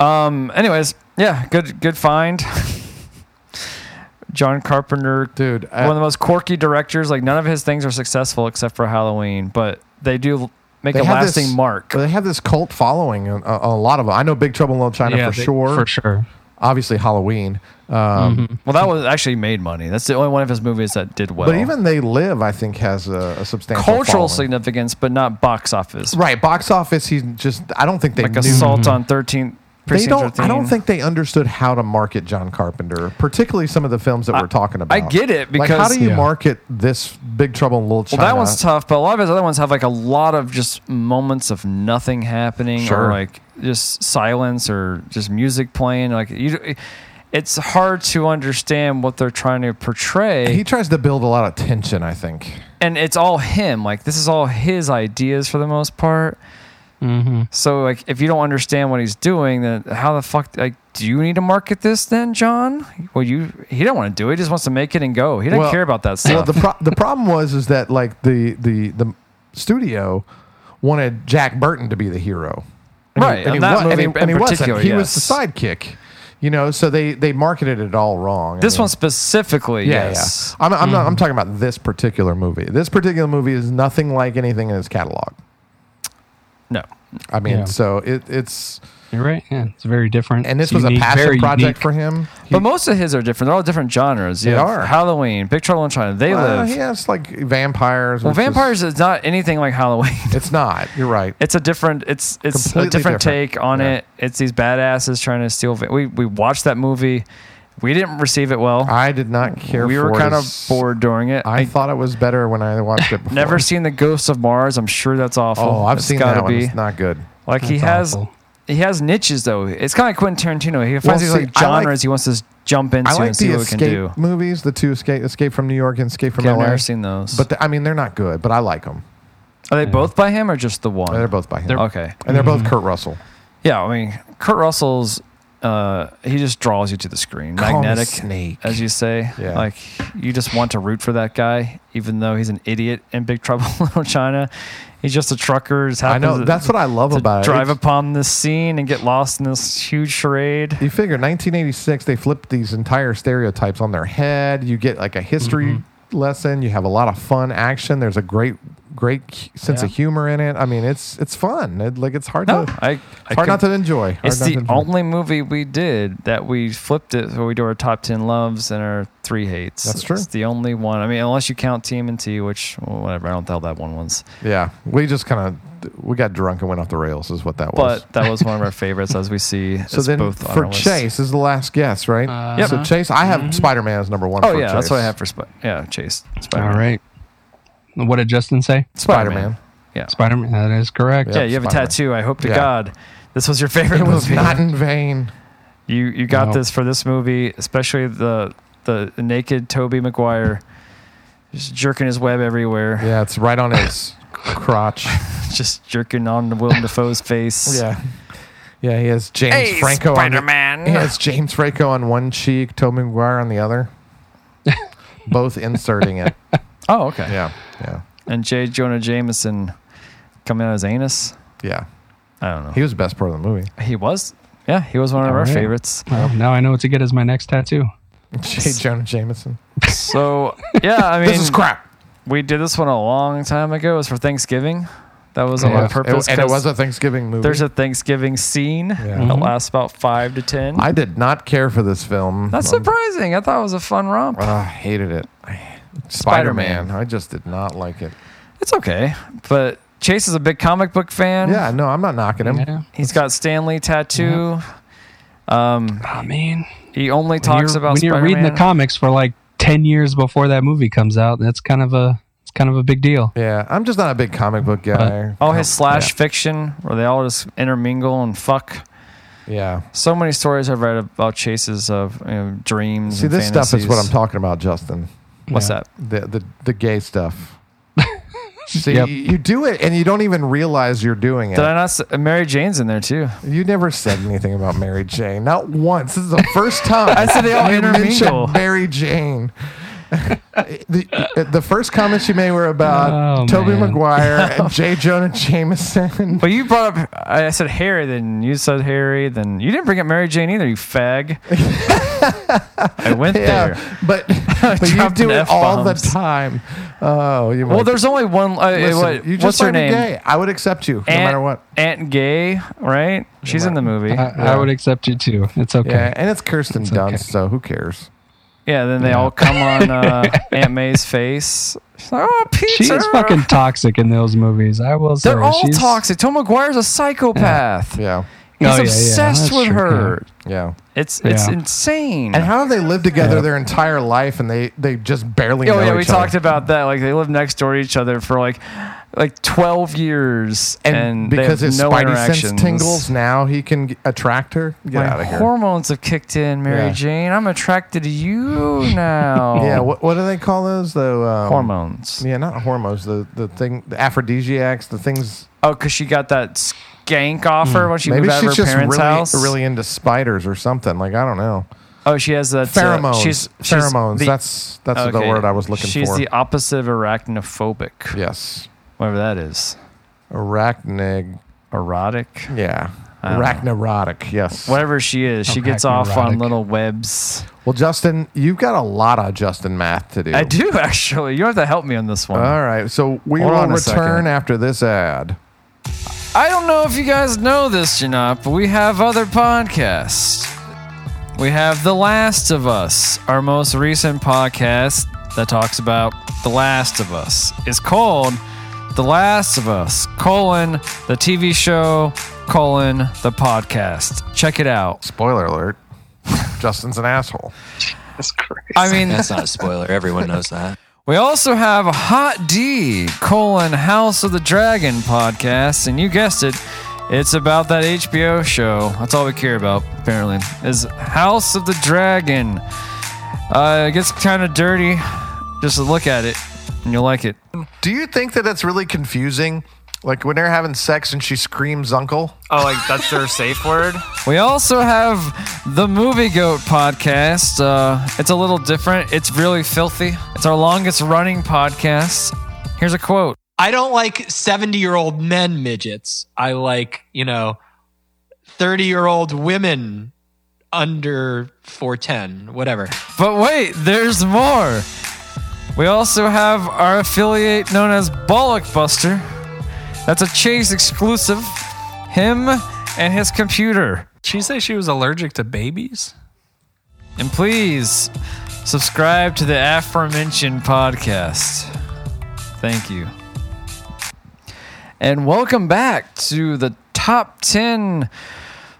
Um. Anyways, yeah. Good. Good find. <laughs> John Carpenter,
Dude, I-
one of the most quirky directors. Like none of his things are successful except for Halloween, but they do make a
have
lasting
this,
mark.
They have this cult following. A, a lot of them. I know Big Trouble in Little China for
they-
sure.
For sure.
Obviously Halloween. Um,
Well, that was actually made money. That's the only one of his movies that did well.
But even They Live, I think, has a, a substantial
cultural
following.
significance, but not box office.
Right, box office. He just. I don't think they
Like
knew.
Assault on 13th.
Mm-hmm. they
Precinct
don't. I
13.
don't think they understood how to market John Carpenter, particularly some of the films that we're talking about.
I get it
like, how
because-
do you
Yeah.
market this Big Trouble in Little China?
Well, that one's tough, but a lot of his other ones have like a lot of just moments of nothing happening,
Sure.
or like just silence, or just music playing. Like you, it's hard to understand what they're trying to portray,
He tries to build a lot of tension. I think.
and it's all him. Like this is all his ideas for the most part.
Mm-hmm.
So like, if you don't understand what he's doing, then how the fuck like do you need to market this then, John? Well, you he don't want to do it. He just wants to make it and go. He doesn't
Well-
care about that
Well,
stuff.
the pro- the problem was is that like the the the studio wanted Jack Burton to be the hero, And he-
Right,
And he,
and that
wa- and he-
movie
and he
in
wasn't.
particular,
He was the
yes.
sidekick, you know. So they they marketed it all wrong. I
this
mean-
one specifically,
yeah,
yes. Mm-hmm.
yeah. I'm, I'm not. I'm talking about this particular movie. This particular movie is nothing like anything in his catalog.
No.
I mean,
Yeah.
so it, it's
You're right. Yeah, it's very different.
and this
It's
was
unique,
a passion
very
project
unique.
for him. He,
But most of his are different. They're all different genres. You
They
have
are.
Halloween, Big Trouble in China. They
well,
live.
he has like vampires.
well,
which is-
vampires is, not anything like Halloween. <laughs>
it's not. You're right.
It's a different. It's it's
Completely
a different,
different.
take on
Yeah.
it. It's these badasses trying to steal. va- We we watched that movie. We didn't receive it well.
I did not care.
we were
for it
kind of
as-
bored during it.
I, thought it was better when I watched it.
<laughs>
Before.
never seen the Ghost of Mars. I'm sure that's awful.
Oh, I've
It's
seen
gotta
that one.
be.
It's not good.
Like he
That's
has.
awful.
He has niches though. It's kind of like Quentin Tarantino. He finds
Well,
these
see,
like
I like-
genres he wants to jump into
I like
and see
the
what we can do.
escape movies, the two escape, Escape from New York and Escape from
Okay, I've
LA.
never seen those.
But the, I mean, they're not good. But I like them.
Are they both by him or just the one?
They're both by him.
okay.
and they're both Kurt Russell.
Yeah, I mean, Kurt Russell's uh, he just draws you to the screen,
Call me
magnetic,
Snake.
as you say.
Yeah.
Like you just want to root for that guy, even though he's an idiot in Big Trouble <laughs> in Little China. He's just a trucker. Just
I know
happens
that's what I love
to
about
drive
it. It's-
upon this scene and get lost in this huge charade.
You figure 1986, they flipped these entire stereotypes on their head. You get like a history
Mm-hmm.
lesson. You have a lot of fun action. There's a great, great h- sense of
Yeah.
humor in it. I mean, it's it's fun. It, like it's hard
No,
to
I, I
it's hard
com-
not to enjoy. Hard
It's
not to
the
enjoy.
only movie we did that we flipped it where we do our top 10 loves and our three hates.
That's true.
It's the only one. I mean, unless you count TMNT, which, well, whatever, I don't tell that one was.
Yeah, we just kind of we got drunk and went off the rails. Is what that was.
But that was
<laughs>
one of our favorites, as we see.
So
It's
then
both on
for
our list.
Chase this is the last guess, right?
Yep.
So Chase, I have Spider Man as number one.
Mm-hmm. Oh
for
yeah,
Chase.
that's what I have for Sp- yeah Chase.
All
Spider-Man.
right. What did Justin say?
<laughs>
Spider Man.
Yeah,
Spider Man. That is correct.
yeah. You have
Spider-Man.
a tattoo. I hope to
Yeah.
God this was your favorite
It was
movie.
not in vain.
<laughs> you you got
No.
this for this movie, especially the the naked Toby Maguire. Just jerking his web everywhere.
Yeah, it's right
<laughs>
on his crotch.
Just jerking on Willem Dafoe's face.
<laughs> Yeah. Yeah, he has James Franco on the, He has James Franco on one cheek, Tobey Maguire on
<laughs>
the other. Both inserting it.
Oh, okay.
Yeah. Yeah.
And J. Jonah Jameson coming out of his anus.
Yeah.
I don't know.
He was the best part of the movie.
He, was. Yeah, he was one of
All
our
right.
favorites.
Well, now I know what to get as my next tattoo.
J. Jonah Jameson.
So yeah, I mean,
<laughs> This is crap.
we did this one a long time ago. It was for Thanksgiving. That was on
Yeah.
purpose.
It- and it
'cause
was a Thanksgiving movie.
there's a Thanksgiving scene that lasts about five to ten.
I did not care for this film.
That's
Um,
surprising. I thought it was a fun romp.
Ah, I hated it. Spider
Spider-Man.
Man. I just did not like it.
It's okay, but Chase is a big comic book fan.
Yeah, no, I'm not knocking him.
Yeah.
he's got Stanley tattoo.
Oh man.
He only
When
talks
you're-
about
when you're reading the
Spider-Man.
comics for like ten years before that movie comes out. That's kind of a it's kind of a big deal.
Yeah, I'm just not a big comic book guy.
All his slash fiction, where they all just intermingle and fuck.
Yeah.
So many stories I've read about chases of you know, dreams.
See,
and
this stuff is what I'm
fantasies.
talking about, Justin.
What's
Yeah.
that?
The the, the
<laughs>
gay stuff. See,
Yep.
you, you do it and you don't even realize you're doing it.
Did I not? s- Mary Jane's in there
<laughs>
too.
you never said anything about Mary Jane. Not once. This is the first
<laughs>
time.
I said they all
you mentioned
intermingle.
Mary Jane. <laughs> the, the first comments you made were about
Oh,
Toby
man.
Maguire
<laughs>
and J. Jonah Jameson. <laughs>
But you brought up, I said Harry, then you said Harry, then you didn't bring up Mary Jane either, you
<laughs>
fag. I went there.
yeah,
<laughs>
but, but you
Dropped
do
an
it all the
F-bombs.
time. Oh, you
Well,
might-
there's only one. Uh,
Listen,
what,
you just
what's her
might be
name?
Gay. I would accept you no
Aunt,
matter what. Uh,
Aunt Gay, right? She's in the movie.
I, I would accept you too. It's okay.
Yeah, and it's Kirsten Dunst,
okay.
so who cares?
yeah, then they all come on
<laughs>
uh, Aunt May's face. She's like, oh, Peter.
She is fucking toxic in those movies. I will say
They're all
she's-
toxic. Tom McGuire's a psychopath.
Yeah,
He's
Oh, yeah, yeah.
obsessed
That's
with
true,
her.
yeah.
It's it's
Yeah.
insane. Oh,
And how have they lived together
Yeah.
their entire life and they, they just barely
Oh
know
yeah, we
each other?
talked about that. Like they lived next door to each other for like like twelve years, and,
and,
they have
because his
no
spidey sense
interactions.
tingles, now he can g- attract her. Get
My
out of here.
hormones have kicked in, Mary
Yeah.
Jane. I'm attracted to you <laughs> now.
Yeah, what, what do they call those though? Um,
<laughs> hormones.
Yeah, not hormones. The the thing, the aphrodisiacs, the things.
Oh, because she got that skank off her when she
maybe
moved out
she's
of her
just
parents'
really
house.
really into spiders or something. Like I don't know.
Oh, she has that uh,
Pheromones.
she's, she's
pheromones.
the-
that's that's the
okay.
word I was looking
she's
for.
the opposite of arachnophobic.
yes,
Whatever that is.
arachnid.
Erotic.
Yeah,
I don't know.
arachnerotic. Yes.
Ah. Whatever she is, she gets off on
Arachnorotic.
little webs.
Well, Justin, you've got a lot of Justin math to do.
I do <laughs> actually. You have to help me on this one.
All right, so we
Hold
will
on a
return
second.
after this ad.
I don't know if you guys know this or not, but we have other podcasts. We have The Last of Us, our most recent podcast that talks about The Last of Us. It's called The Last of Us, colon, the TV show, colon, the podcast. Check it out.
Spoiler alert: Justin's an asshole.
That's crazy.
I mean,
That's not a spoiler. Everyone knows that.
We also have Hot D colon House of the Dragon podcast, and you guessed it, it's about that HBO show. That's all we care about, apparently, is House of the Dragon. Uh, it gets kind of dirty. Just look at it, and you'll like it.
Do you think that that's really confusing? Like when they're having sex and she screams uncle?
Oh, like that's their safe word?
We also have the Movie Goat podcast. Uh, it's a little different. It's really filthy. It's our longest running podcast. Here's a quote.
I don't like 70 year old men midgets. I like, you know, 30 year old women under 410, whatever.
But wait, there's more. We also have our affiliate known as Bollock Buster. That's a Chase exclusive. Him and his computer.
She say she was allergic to babies?
And please subscribe to the aforementioned podcast. Thank you. And welcome back to the top 10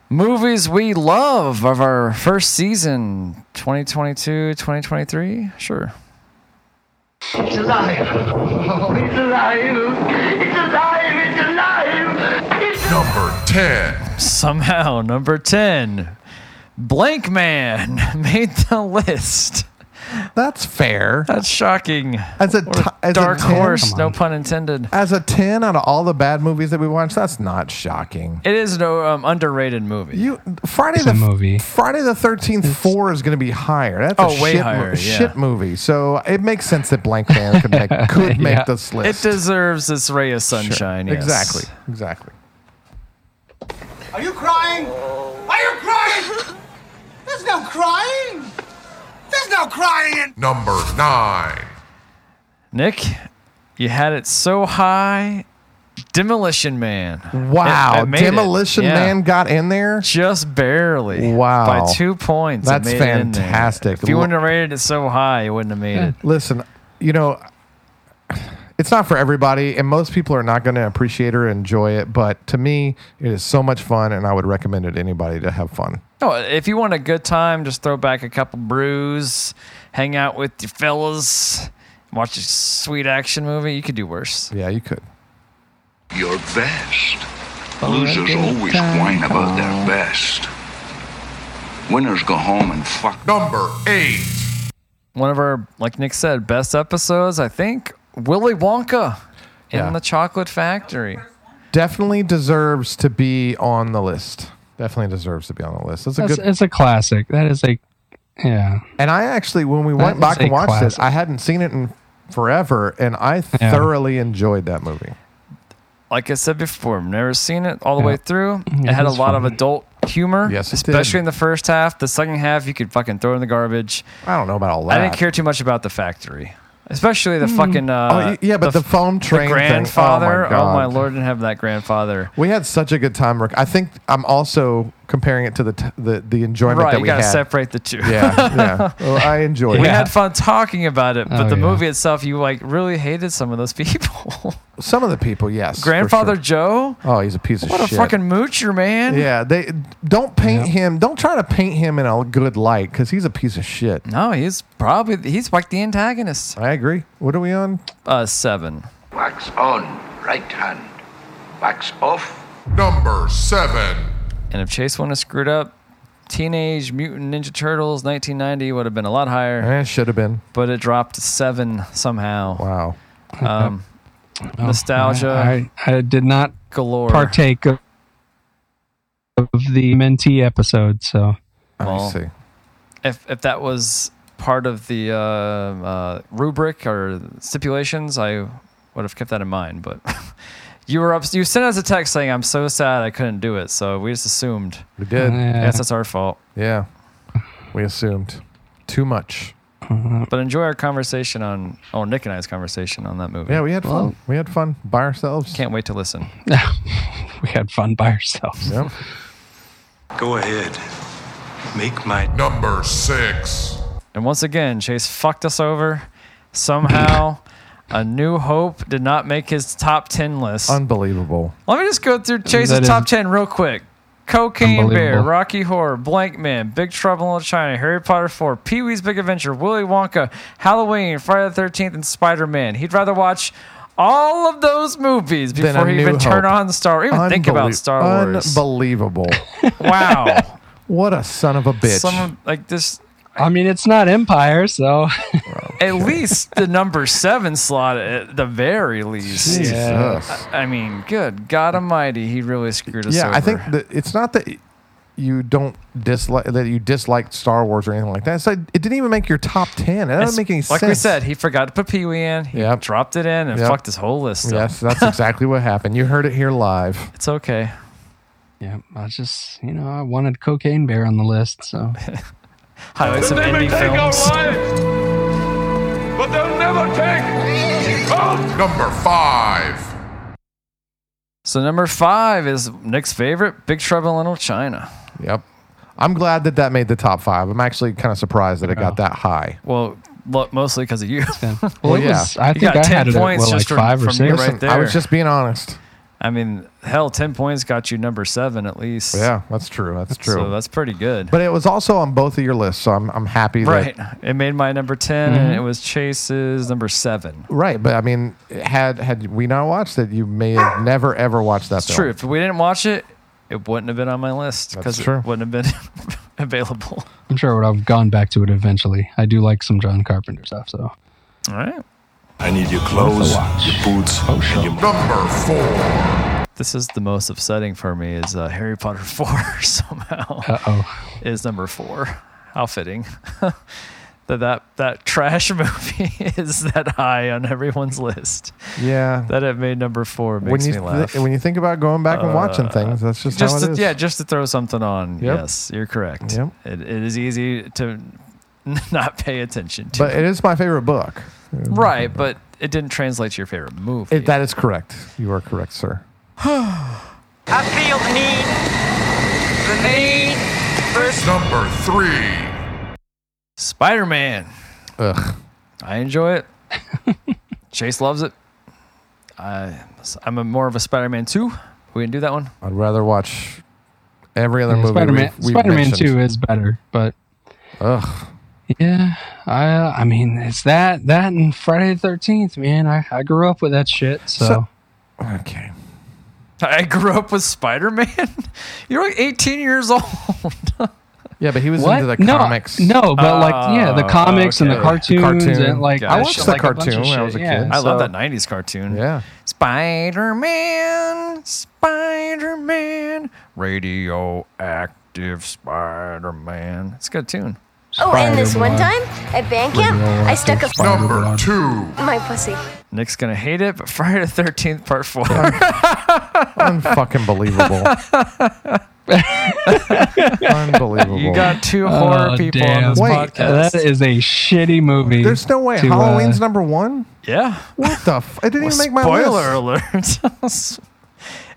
movies we love of our first season 2022 2023. Sure.
It's alive. Oh, it's alive. It's alive. It's alive. It's
Number 10.
Somehow, number 10, Blank Man <laughs> made the list.
That's fair.
That's shocking.
As a
What a
t- as a
dark
10?
horse,
Come
no
on.
pun intended.
As a 10 out of all the bad movies that we watched, that's not shocking.
It is an um, underrated movie.
You Friday
It's
the
a movie.
Friday the 13th 4 is going to be higher. That's
Oh,
a
way
shit, mo-
higher, yeah.
shit movie. So it makes sense that Blank Man
<laughs>
could make, could make
Yeah.
this
it
list.
deserves its ray of
Sure.
sunshine. yes.
Exactly. Exactly.
Are you crying? Are you crying? There's no crying. There's no crying.
Number 9.
Nick, you had it so high. Demolition Man.
Wow.
it made it.
Demolition
Yeah.
Man got in there.
Just barely.
Wow.
By two points. it
That's
made it in there.
fantastic. Hmm.
If you
Lo-
wouldn't have rated it so high, you wouldn't have made it.
Listen, you know, it's not for everybody, and most people are not going to appreciate or enjoy it. But to me, it is so much fun, and I would recommend it to anybody to have fun.
No, if you want a good time, just throw back a couple brews, hang out with your fellas, watch a sweet action movie. You could do worse.
Yeah, you could.
Your best. Losers always whine about their best. Winners go home and fuck.
Number 8.
One of our, like Nick said, best episodes, I think, Willy Wonka in
Yeah.
the Chocolate Factory.
Definitely deserves to be on the list. Definitely deserves to be on the list. That's a
That's,
good.
it's a classic. That is a Yeah.
And I actually, when we
That
went
is
back
a
and watched
classic.
it, I hadn't seen it in forever, and I
Yeah.
thoroughly enjoyed that movie.
like I said before, I've never seen it all the
Yeah.
way through.
Yeah,
it had a
that's
lot of
fine.
adult humor,
Yes, it
especially
did.
in the first half. The second half, you could fucking throw in the garbage.
I don't know about all that.
I didn't care too much about the factory, especially the fucking. Uh,
Oh, y- yeah, but the, foam train thing. Oh, my
grandfather. Oh my,
God.
lord, didn't have that grandfather.
We had such a good time. Rick. I think I'm also comparing it to the t- the, the enjoyment
right,
that
you
we
gotta
had.
separate the two.
<laughs> yeah, yeah. Well, I enjoyed
<laughs> We
it.
had fun talking about it, but
Oh,
the
yeah.
movie itself, you like really hated some of those
<laughs>
people.
Some of the people, yes. for
Grandfather
sure.
Joe,
Oh, he's a piece of
what a
shit.
fucking moocher, man.
Yeah, they don't paint
Yeah.
him. Don't try to paint him in a good light because he's a piece of shit.
No, he's probably he's like the antagonist.
I agree. What are we on?
Uh, seven.
Wax on, right hand. Wax off,
Number seven.
And if Chase wouldn't have screwed up, Teenage Mutant Ninja Turtles 1990 would have been a lot higher,
Eh, should have been.
but it dropped to seven somehow.
Wow.
Um,
Oh,
Nostalgia.
I, I, I did not
galore.
partake of, of the mentee episode, so <laughs>
Well,
I see.
if if that was part of the uh, uh, rubric or stipulations, I would have kept that in mind. But <laughs> you were up. You sent us a text saying, "I'm so sad I couldn't do it," so we just assumed.
We did.
Yeah. Mm.
Yes, that's our fault.
Yeah. We assumed too much.
But enjoy our conversation on, oh, Nick and I's conversation on that movie.
Yeah, we had fun.
Well-
we had fun by ourselves.
can't wait to listen.
we had fun by ourselves.
Yep.
Go ahead. Make my
Number six.
And once again, Chase fucked us over.
<laughs>
Somehow, A New Hope did not make his top 10 list.
Unbelievable.
Let me just go through Chase's
That is-
top 10 real quick Cocaine Bear,
Unbelievable.
Rocky Horror, Blank Man, Big Trouble in Little China, Harry Potter 4, Pee Wee's Big Adventure, Willy Wonka, Halloween, Friday the 13th, and Spider Man. He'd rather watch. All of those movies
Then A
before he
New
even turn
Hope.
on Star, or even think about
Unbelie-
Star Wars. <laughs>
Unbelievable.
wow,
what a son of a <laughs> bitch.
someone like this
I mean, it's not Empire, so <laughs>
at least the number seven slot at the very least.
Jesus.
Yeah.
I mean, good God Almighty, he really screwed us
yeah,
over.
I think that it's not that you don't dislike that you disliked Star Wars or anything like that. It's like it didn't even make your top ten. That doesn't
It's-
make any
like
sense.
we said, he forgot to put Pee Wee in. He
Yep.
dropped it in and
Yep.
fucked his whole list. Up.
yes, that's exactly what happened. You heard it here live.
It's okay.
yeah, I was just you know I wanted Cocaine Bear on the
<laughs>
list, so
Highlights of indie films.
Number five.
So number five is Nick's favorite, Big Trouble in Little China.
Yep. I'm glad that that made the top five. I'm actually kind of surprised that it got that high.
Well, lo- mostly because of you.
well,
Well,
it
yeah.
was. I
You
think
got
I
10
had it at
points
well, like
just from-
five or
from you,
six.
right?
Listen, I
there.
was just being honest.
<laughs> I mean, hell, ten points got you number seven at least.
Yeah, that's true. That's true.
So that's pretty good.
but it was also on both of your lists, so I'm I'm happy.
right.
That,
It made my number 10
Mm-hmm.
and it was Chase's number seven.
right. But I mean, had had we not watched it, you may have never ever watched that.
It's
film.
true. If we didn't watch it, it wouldn't have been on my list
That's
because it
true.
wouldn't have been <laughs> available.
I'm sure I would have gone back to it eventually. I do like some John Carpenter stuff, so
All right.
I need your clothes, your boots,
Oh,
and your
Number four.
This is the most upsetting for me is uh, Harry Potter <laughs> 4 somehow
uh oh,
is number 4. How fitting. <laughs> that, that that trash <laughs> movie is that high on everyone's list.
Yeah.
That it made number 4
when
makes
you
me laugh. Uh,
th- when you think about going back and watching things, that's just,
just
how it
to,
is.
yeah, just to throw something on.
Yep.
Yes, you're correct.
Yep.
It, it is easy to <laughs> not pay attention to.
but it is my favorite book.
right, but it didn't translate to your favorite movie.
It, that is correct. You are correct, sir.
I feel the need, the need for
Number three.
Spider-Man.
Ugh.
I enjoy
<laughs>
it. Chase loves it. I, I'm a more of a Spider-Man 2. We didn't do that one.
I'd rather watch every other movie.
Spider-Man.
we've- we've
Spider-Man uh,
mentioned.
Two is better, but
Ugh.
yeah, I I mean it's that that and Friday the Thirteenth, man. I I grew up with that shit, so,
So- Okay.
I grew up with Spider-Man. <laughs> You're like 18 years
<laughs>
old.
Yeah, but he was
what?
into the
no,
comics.
no, but like yeah, the
Oh,
comics and
okay.
the
The
cartoons
cartoon.
and like
Gotcha.
I watched
I
watched
like
the
a bunch of
cartoon when I
shit,
was a
yeah,
kid.
I love
so-
that 90s cartoon.
Yeah.
Spider-Man, Spider-Man, radioactive Spider-Man. It's a good tune.
Oh, and this one time at band camp, I stuck a
Number two.
My pussy.
Nick's gonna hate it, but Friday the Thirteenth Part Four.
<laughs>
Unfucking believable. Unbelievable.
<laughs> You got two horror
Oh,
people
damn.
on this
Wait,
podcast.
That is a shitty movie.
There's no way.
to, uh,
Halloween's number one.
Yeah.
What the? F- it didn't
Well,
even make my
spoiler
list.
alert.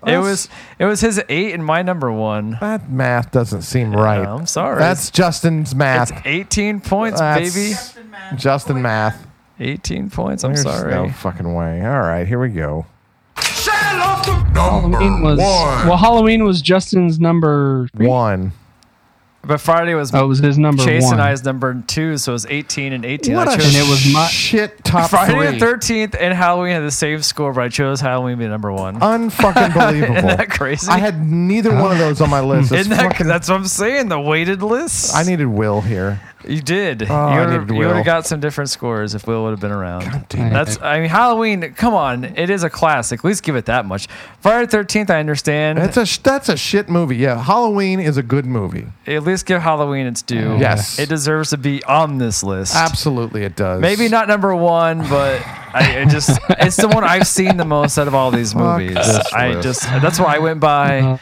<laughs> it was it was his eight and my number one.
That math doesn't seem right.
I'm sorry.
That's Justin's math.
It's 18 points,
That's
baby.
Justin math.
18 points. I'm
There's
sorry.
No fucking way. All right, here we go.
Halloween was well. Halloween was Justin's number.
One.
But Friday was
Oh, it was his number
Chase
one.
and I's number two, so it was 18 and 18.
What
I
a
chose-
And it was my-
shit top
Friday
three.
the 13th and Halloween had the same score, but I chose Halloween to be number one. <laughs>
Unfucking believable.
Isn't that crazy?
Uh, I had neither one of those on
<laughs>
my list. It's
Isn't that,
fucking-
that's what I'm saying. The weighted list.
I needed Will here.
You did.
Oh, I
you
needed
would
Will.
have got some different scores if Will would have been around. That's. I mean, Halloween. Come on, it is a classic. At least give it that much. Friday Thirteenth, I understand.
That's a sh- that's a shit movie. Yeah, Halloween is a good movie.
At least give Halloween its due.
Yes.
it deserves to be on this list.
Absolutely, it does.
Maybe not number one, but I, I
<laughs>
just it's the one I've seen the most out of all these
Fuck
movies.
this
I
list. Uh-huh.
just that's what I went by.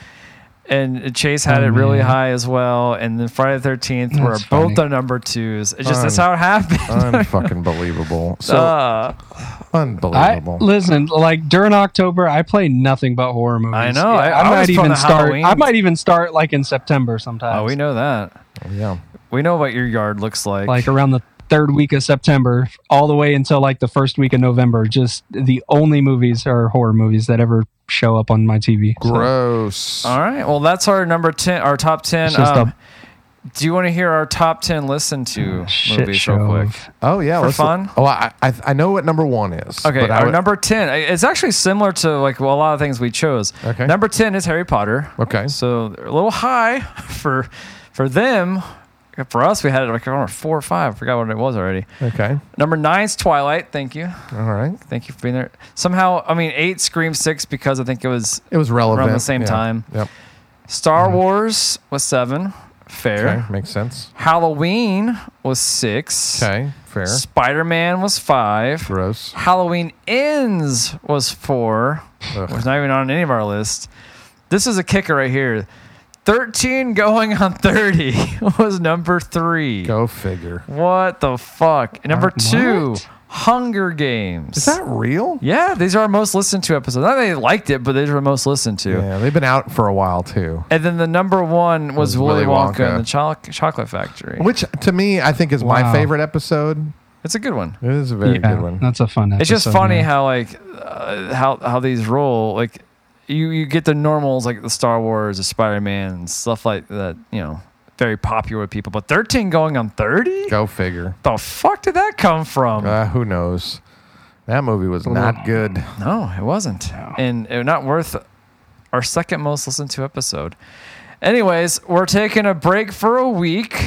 And Chase had it really
Mm-hmm.
high as well. And then Friday the Thirteenth were
That's funny.
both our number twos. It just that's how it happened.
Unfucking believable. So
Uh,
I
unbelievable.
listen like during October. I play nothing but horror movies.
I know, I- I was
might
from
even
the
start.
Halloween.
I might even start like in September
<laughs>
sometimes.
oh, we know that.
yeah.
We know what your yard looks like.
like around the third week of September, all the way until like the first week of November. Just the only movies are horror movies that ever show up on my TV. So,
Gross.
all right. Well, that's our number ten, our top ten.
It's just
Um, do you want to hear our top ten listen to
shit
Mm,
movies
show.
real quick?
of-
Oh yeah,
For
let's-
fun?
Oh, I, I I know what number one is.
Okay,
but I
our
would-
number ten. I- It's actually similar to like well, a lot of things we chose.
Okay.
Number ten is Harry Potter.
Okay.
So they're a little high <laughs> for for them. For us, we had it like around four or five. I forgot what it was already.
Okay.
Number nine is Twilight. Thank you,
All right.
thank you for being there. Somehow, I mean, eight Scream six because I think it was
It was relevant.
Around the same
Yeah.
time.
Yep.
Star Wars was seven. Fair.
Mm-hmm. Okay. Makes sense.
Halloween was six.
Okay. Fair.
Spider Man was five.
Gross.
Halloween Ends was four.
Ugh.
Was not even on any of our list. This is a kicker right here. Thirteen going on thirty <laughs> was number three.
Go figure.
What the fuck? Number two, Hunger Games.
Is that real?
yeah, these are our most listened to episodes. Not that they liked it, but these were most listened to.
Yeah, they've been out for a while too.
And then the number one was,
Was
Willy
Willy
Wonka,
Wonka.
and the Choc Chocolate Factory.
Which to me, I think is
Wow.
my favorite episode.
It's a good one.
It is a very
yeah,
good one.
That's a fun.
It's just
episode,
funny
man.
how like uh, how how these roll. Like you you get the normals like the Star Wars, the Spider Man, and stuff like that. You know, very popular with people. But thirteen going on thirty.
Go figure.
The fuck did that come from?
Uh, who knows? That movie was not good.
No, it wasn't, and it, not worth our second most listened to episode. Anyways, we're taking a break for a week,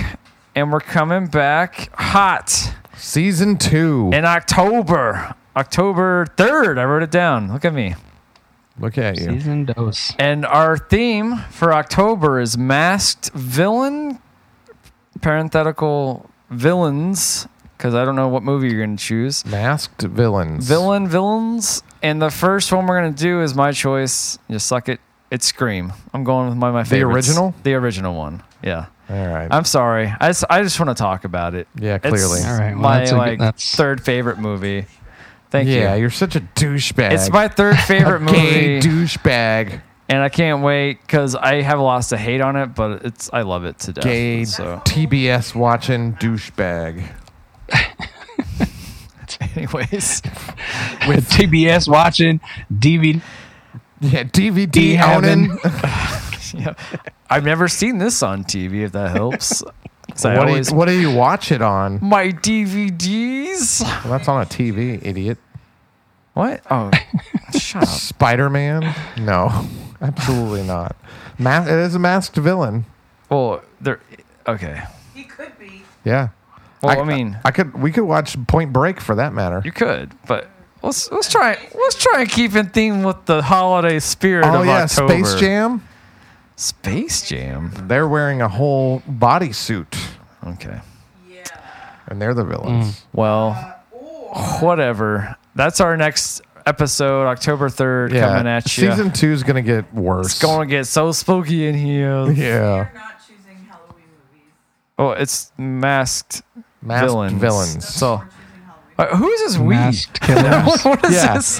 and we're coming back hot.
Season two.
in October. October 3rd. I wrote it down. Look at me.
Look at you.
season dose.
And our theme for October is masked villain, parenthetical villains, because I don't know what movie you're going to choose.
Masked villains.
Villain, villains. And the first one we're going to do is my choice. You suck it. It's Scream. I'm going with my, my favorite.
original?
The original one. Yeah.
All right.
I'm sorry. I just, I just want to talk about it.
Yeah,
It's
clearly.
All right, well,
my
that's a good-
like,
that's-
third favorite movie. Thank you.
yeah, you. are such a douchebag.
It's my third favorite
Gay
movie,
douchebag.
and I can't wait because I have lots of hate on it, but it's I love it to death.
Gay <laughs>
So,
TBS watching douchebag.
<laughs> anyways,
With TBS watching DVD.
Yeah,
D
DVD
having-
owning.
<laughs>
<laughs>
yeah. I've never seen this on TV. If that
<laughs>
helps, 'Cause I
What do,
always-
you, what do you watch it on?
my DVDs.
Well, that's on a TV, idiot.
What? <laughs> Oh, shut up.
Spider Man? No, <laughs> absolutely not. Mas- it is a masked villain.
Well, they're okay.
He could be.
Yeah.
Well, I mean-
I could. We could watch Point Break for that matter.
You could, but let's let's try let's try and keep in theme with the holiday spirit
oh
of
yeah,
October.
Space Jam.
Space Jam.
They're wearing a whole bodysuit.
Okay.
and they're the villains.
Well, whatever. That's our next episode, October 3rd, Mm. coming at you.
Season two is gonna get worse.
It's going to get so spooky in here.
Yeah.
Oh, it's masked,
Masked
villains.
villains.
So, Uh, who is this we?
Masked
what
killers.
<laughs> what is
Yeah.
this?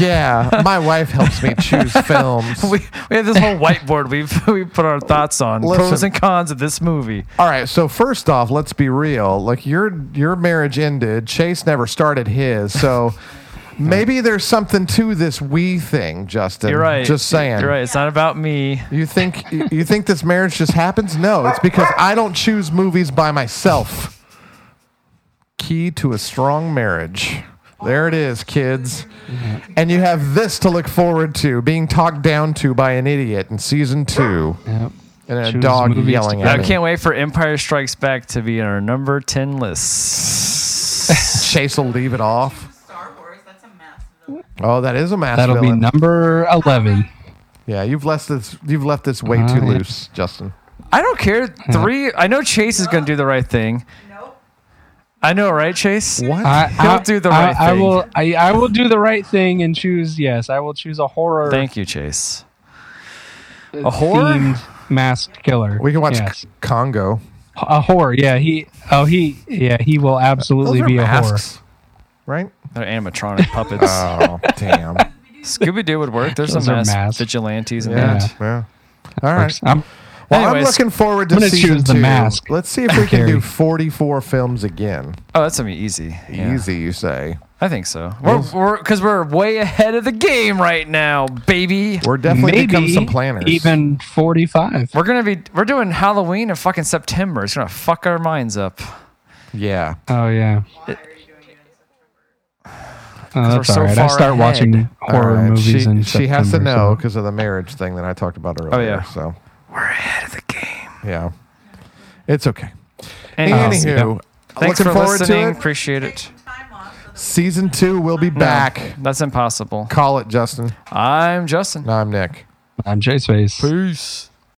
yeah, my wife helps me
<laughs>
choose films.
We, we have this whole whiteboard we've <laughs> we put our thoughts on pros
Listen.
and cons of this movie.
All right, so first off, let's be real. Like your your marriage ended, Chase never started his,
<laughs>
so maybe there's something to this we thing, Justin.
You're right.
Just saying.
You're right. It's not about me.
You think you you think this marriage just happens? No, it's because I don't choose movies by myself. Key to a strong marriage. There it is, kids. And you have this to look forward to being talked down to by an idiot in season two,
Yep.
and a
Choose
dog
movies
yelling
to-
at
I
me.
can't wait for Empire Strikes Back to be in our number 10
<laughs>
list. <laughs>
Chase will leave it off.
Star Wars, that's a massive villain.
Oh, that is a mass
That'll be
villain.
number eleven.
yeah, you've left this. You've left this way
Uh,
too
yeah.
loose, Justin.
I don't care. Three. I know Chase is going to do the right thing.
Nope.
I know, right, Chase?
What?
He'll do the
I-
right
I
thing.
will. I, I will do the right thing and choose. Yes, I will choose a horror
Thank you, Chase.
themed
A horror?
masked killer.
We can watch
Yes.
C- Congo.
a horror. Yeah, he. Oh, he. Yeah, he will
Those
absolutely
are
be a horror.
masks, right?
They're animatronic
<laughs>
puppets.
Oh, damn.
Scooby Doo would work. There's some
Those are
mass
masks.
vigilantes in
Yeah.
that.
yeah. All right.
I'm-
Well, I'm
Anyways,
looking forward to
I'm gonna
season
choose The
two.
Mask.
Let's see if we can do
Harry.
44 films again.
Oh, that's gonna be easy. Yeah.
Easy, you say.
I think so. We're we're because we're way ahead of the game right now, baby.
We're definitely
maybe
become some planners.
even forty-five.
We're gonna be we're doing Halloween in fucking September. It's gonna fuck our minds up.
yeah.
Oh yeah. Oh,
we're
that's
so
all right.
far
I start
ahead.
watching horror
All right.
movies.
She,
in
she has to
September, so-
know because of the marriage thing that I talked about earlier.
Oh, yeah.
So
We're ahead of the game.
yeah, it's okay.
Um,
Anyways,
Anywho,
thanks
looking
for
forward
listening.
to it.
Appreciate it.
Time off for the
Season two will be
No,
back.
that's impossible.
Call it, Justin.
I'm Justin.
No, I'm Nick.
I'm Chase Face.
Peace.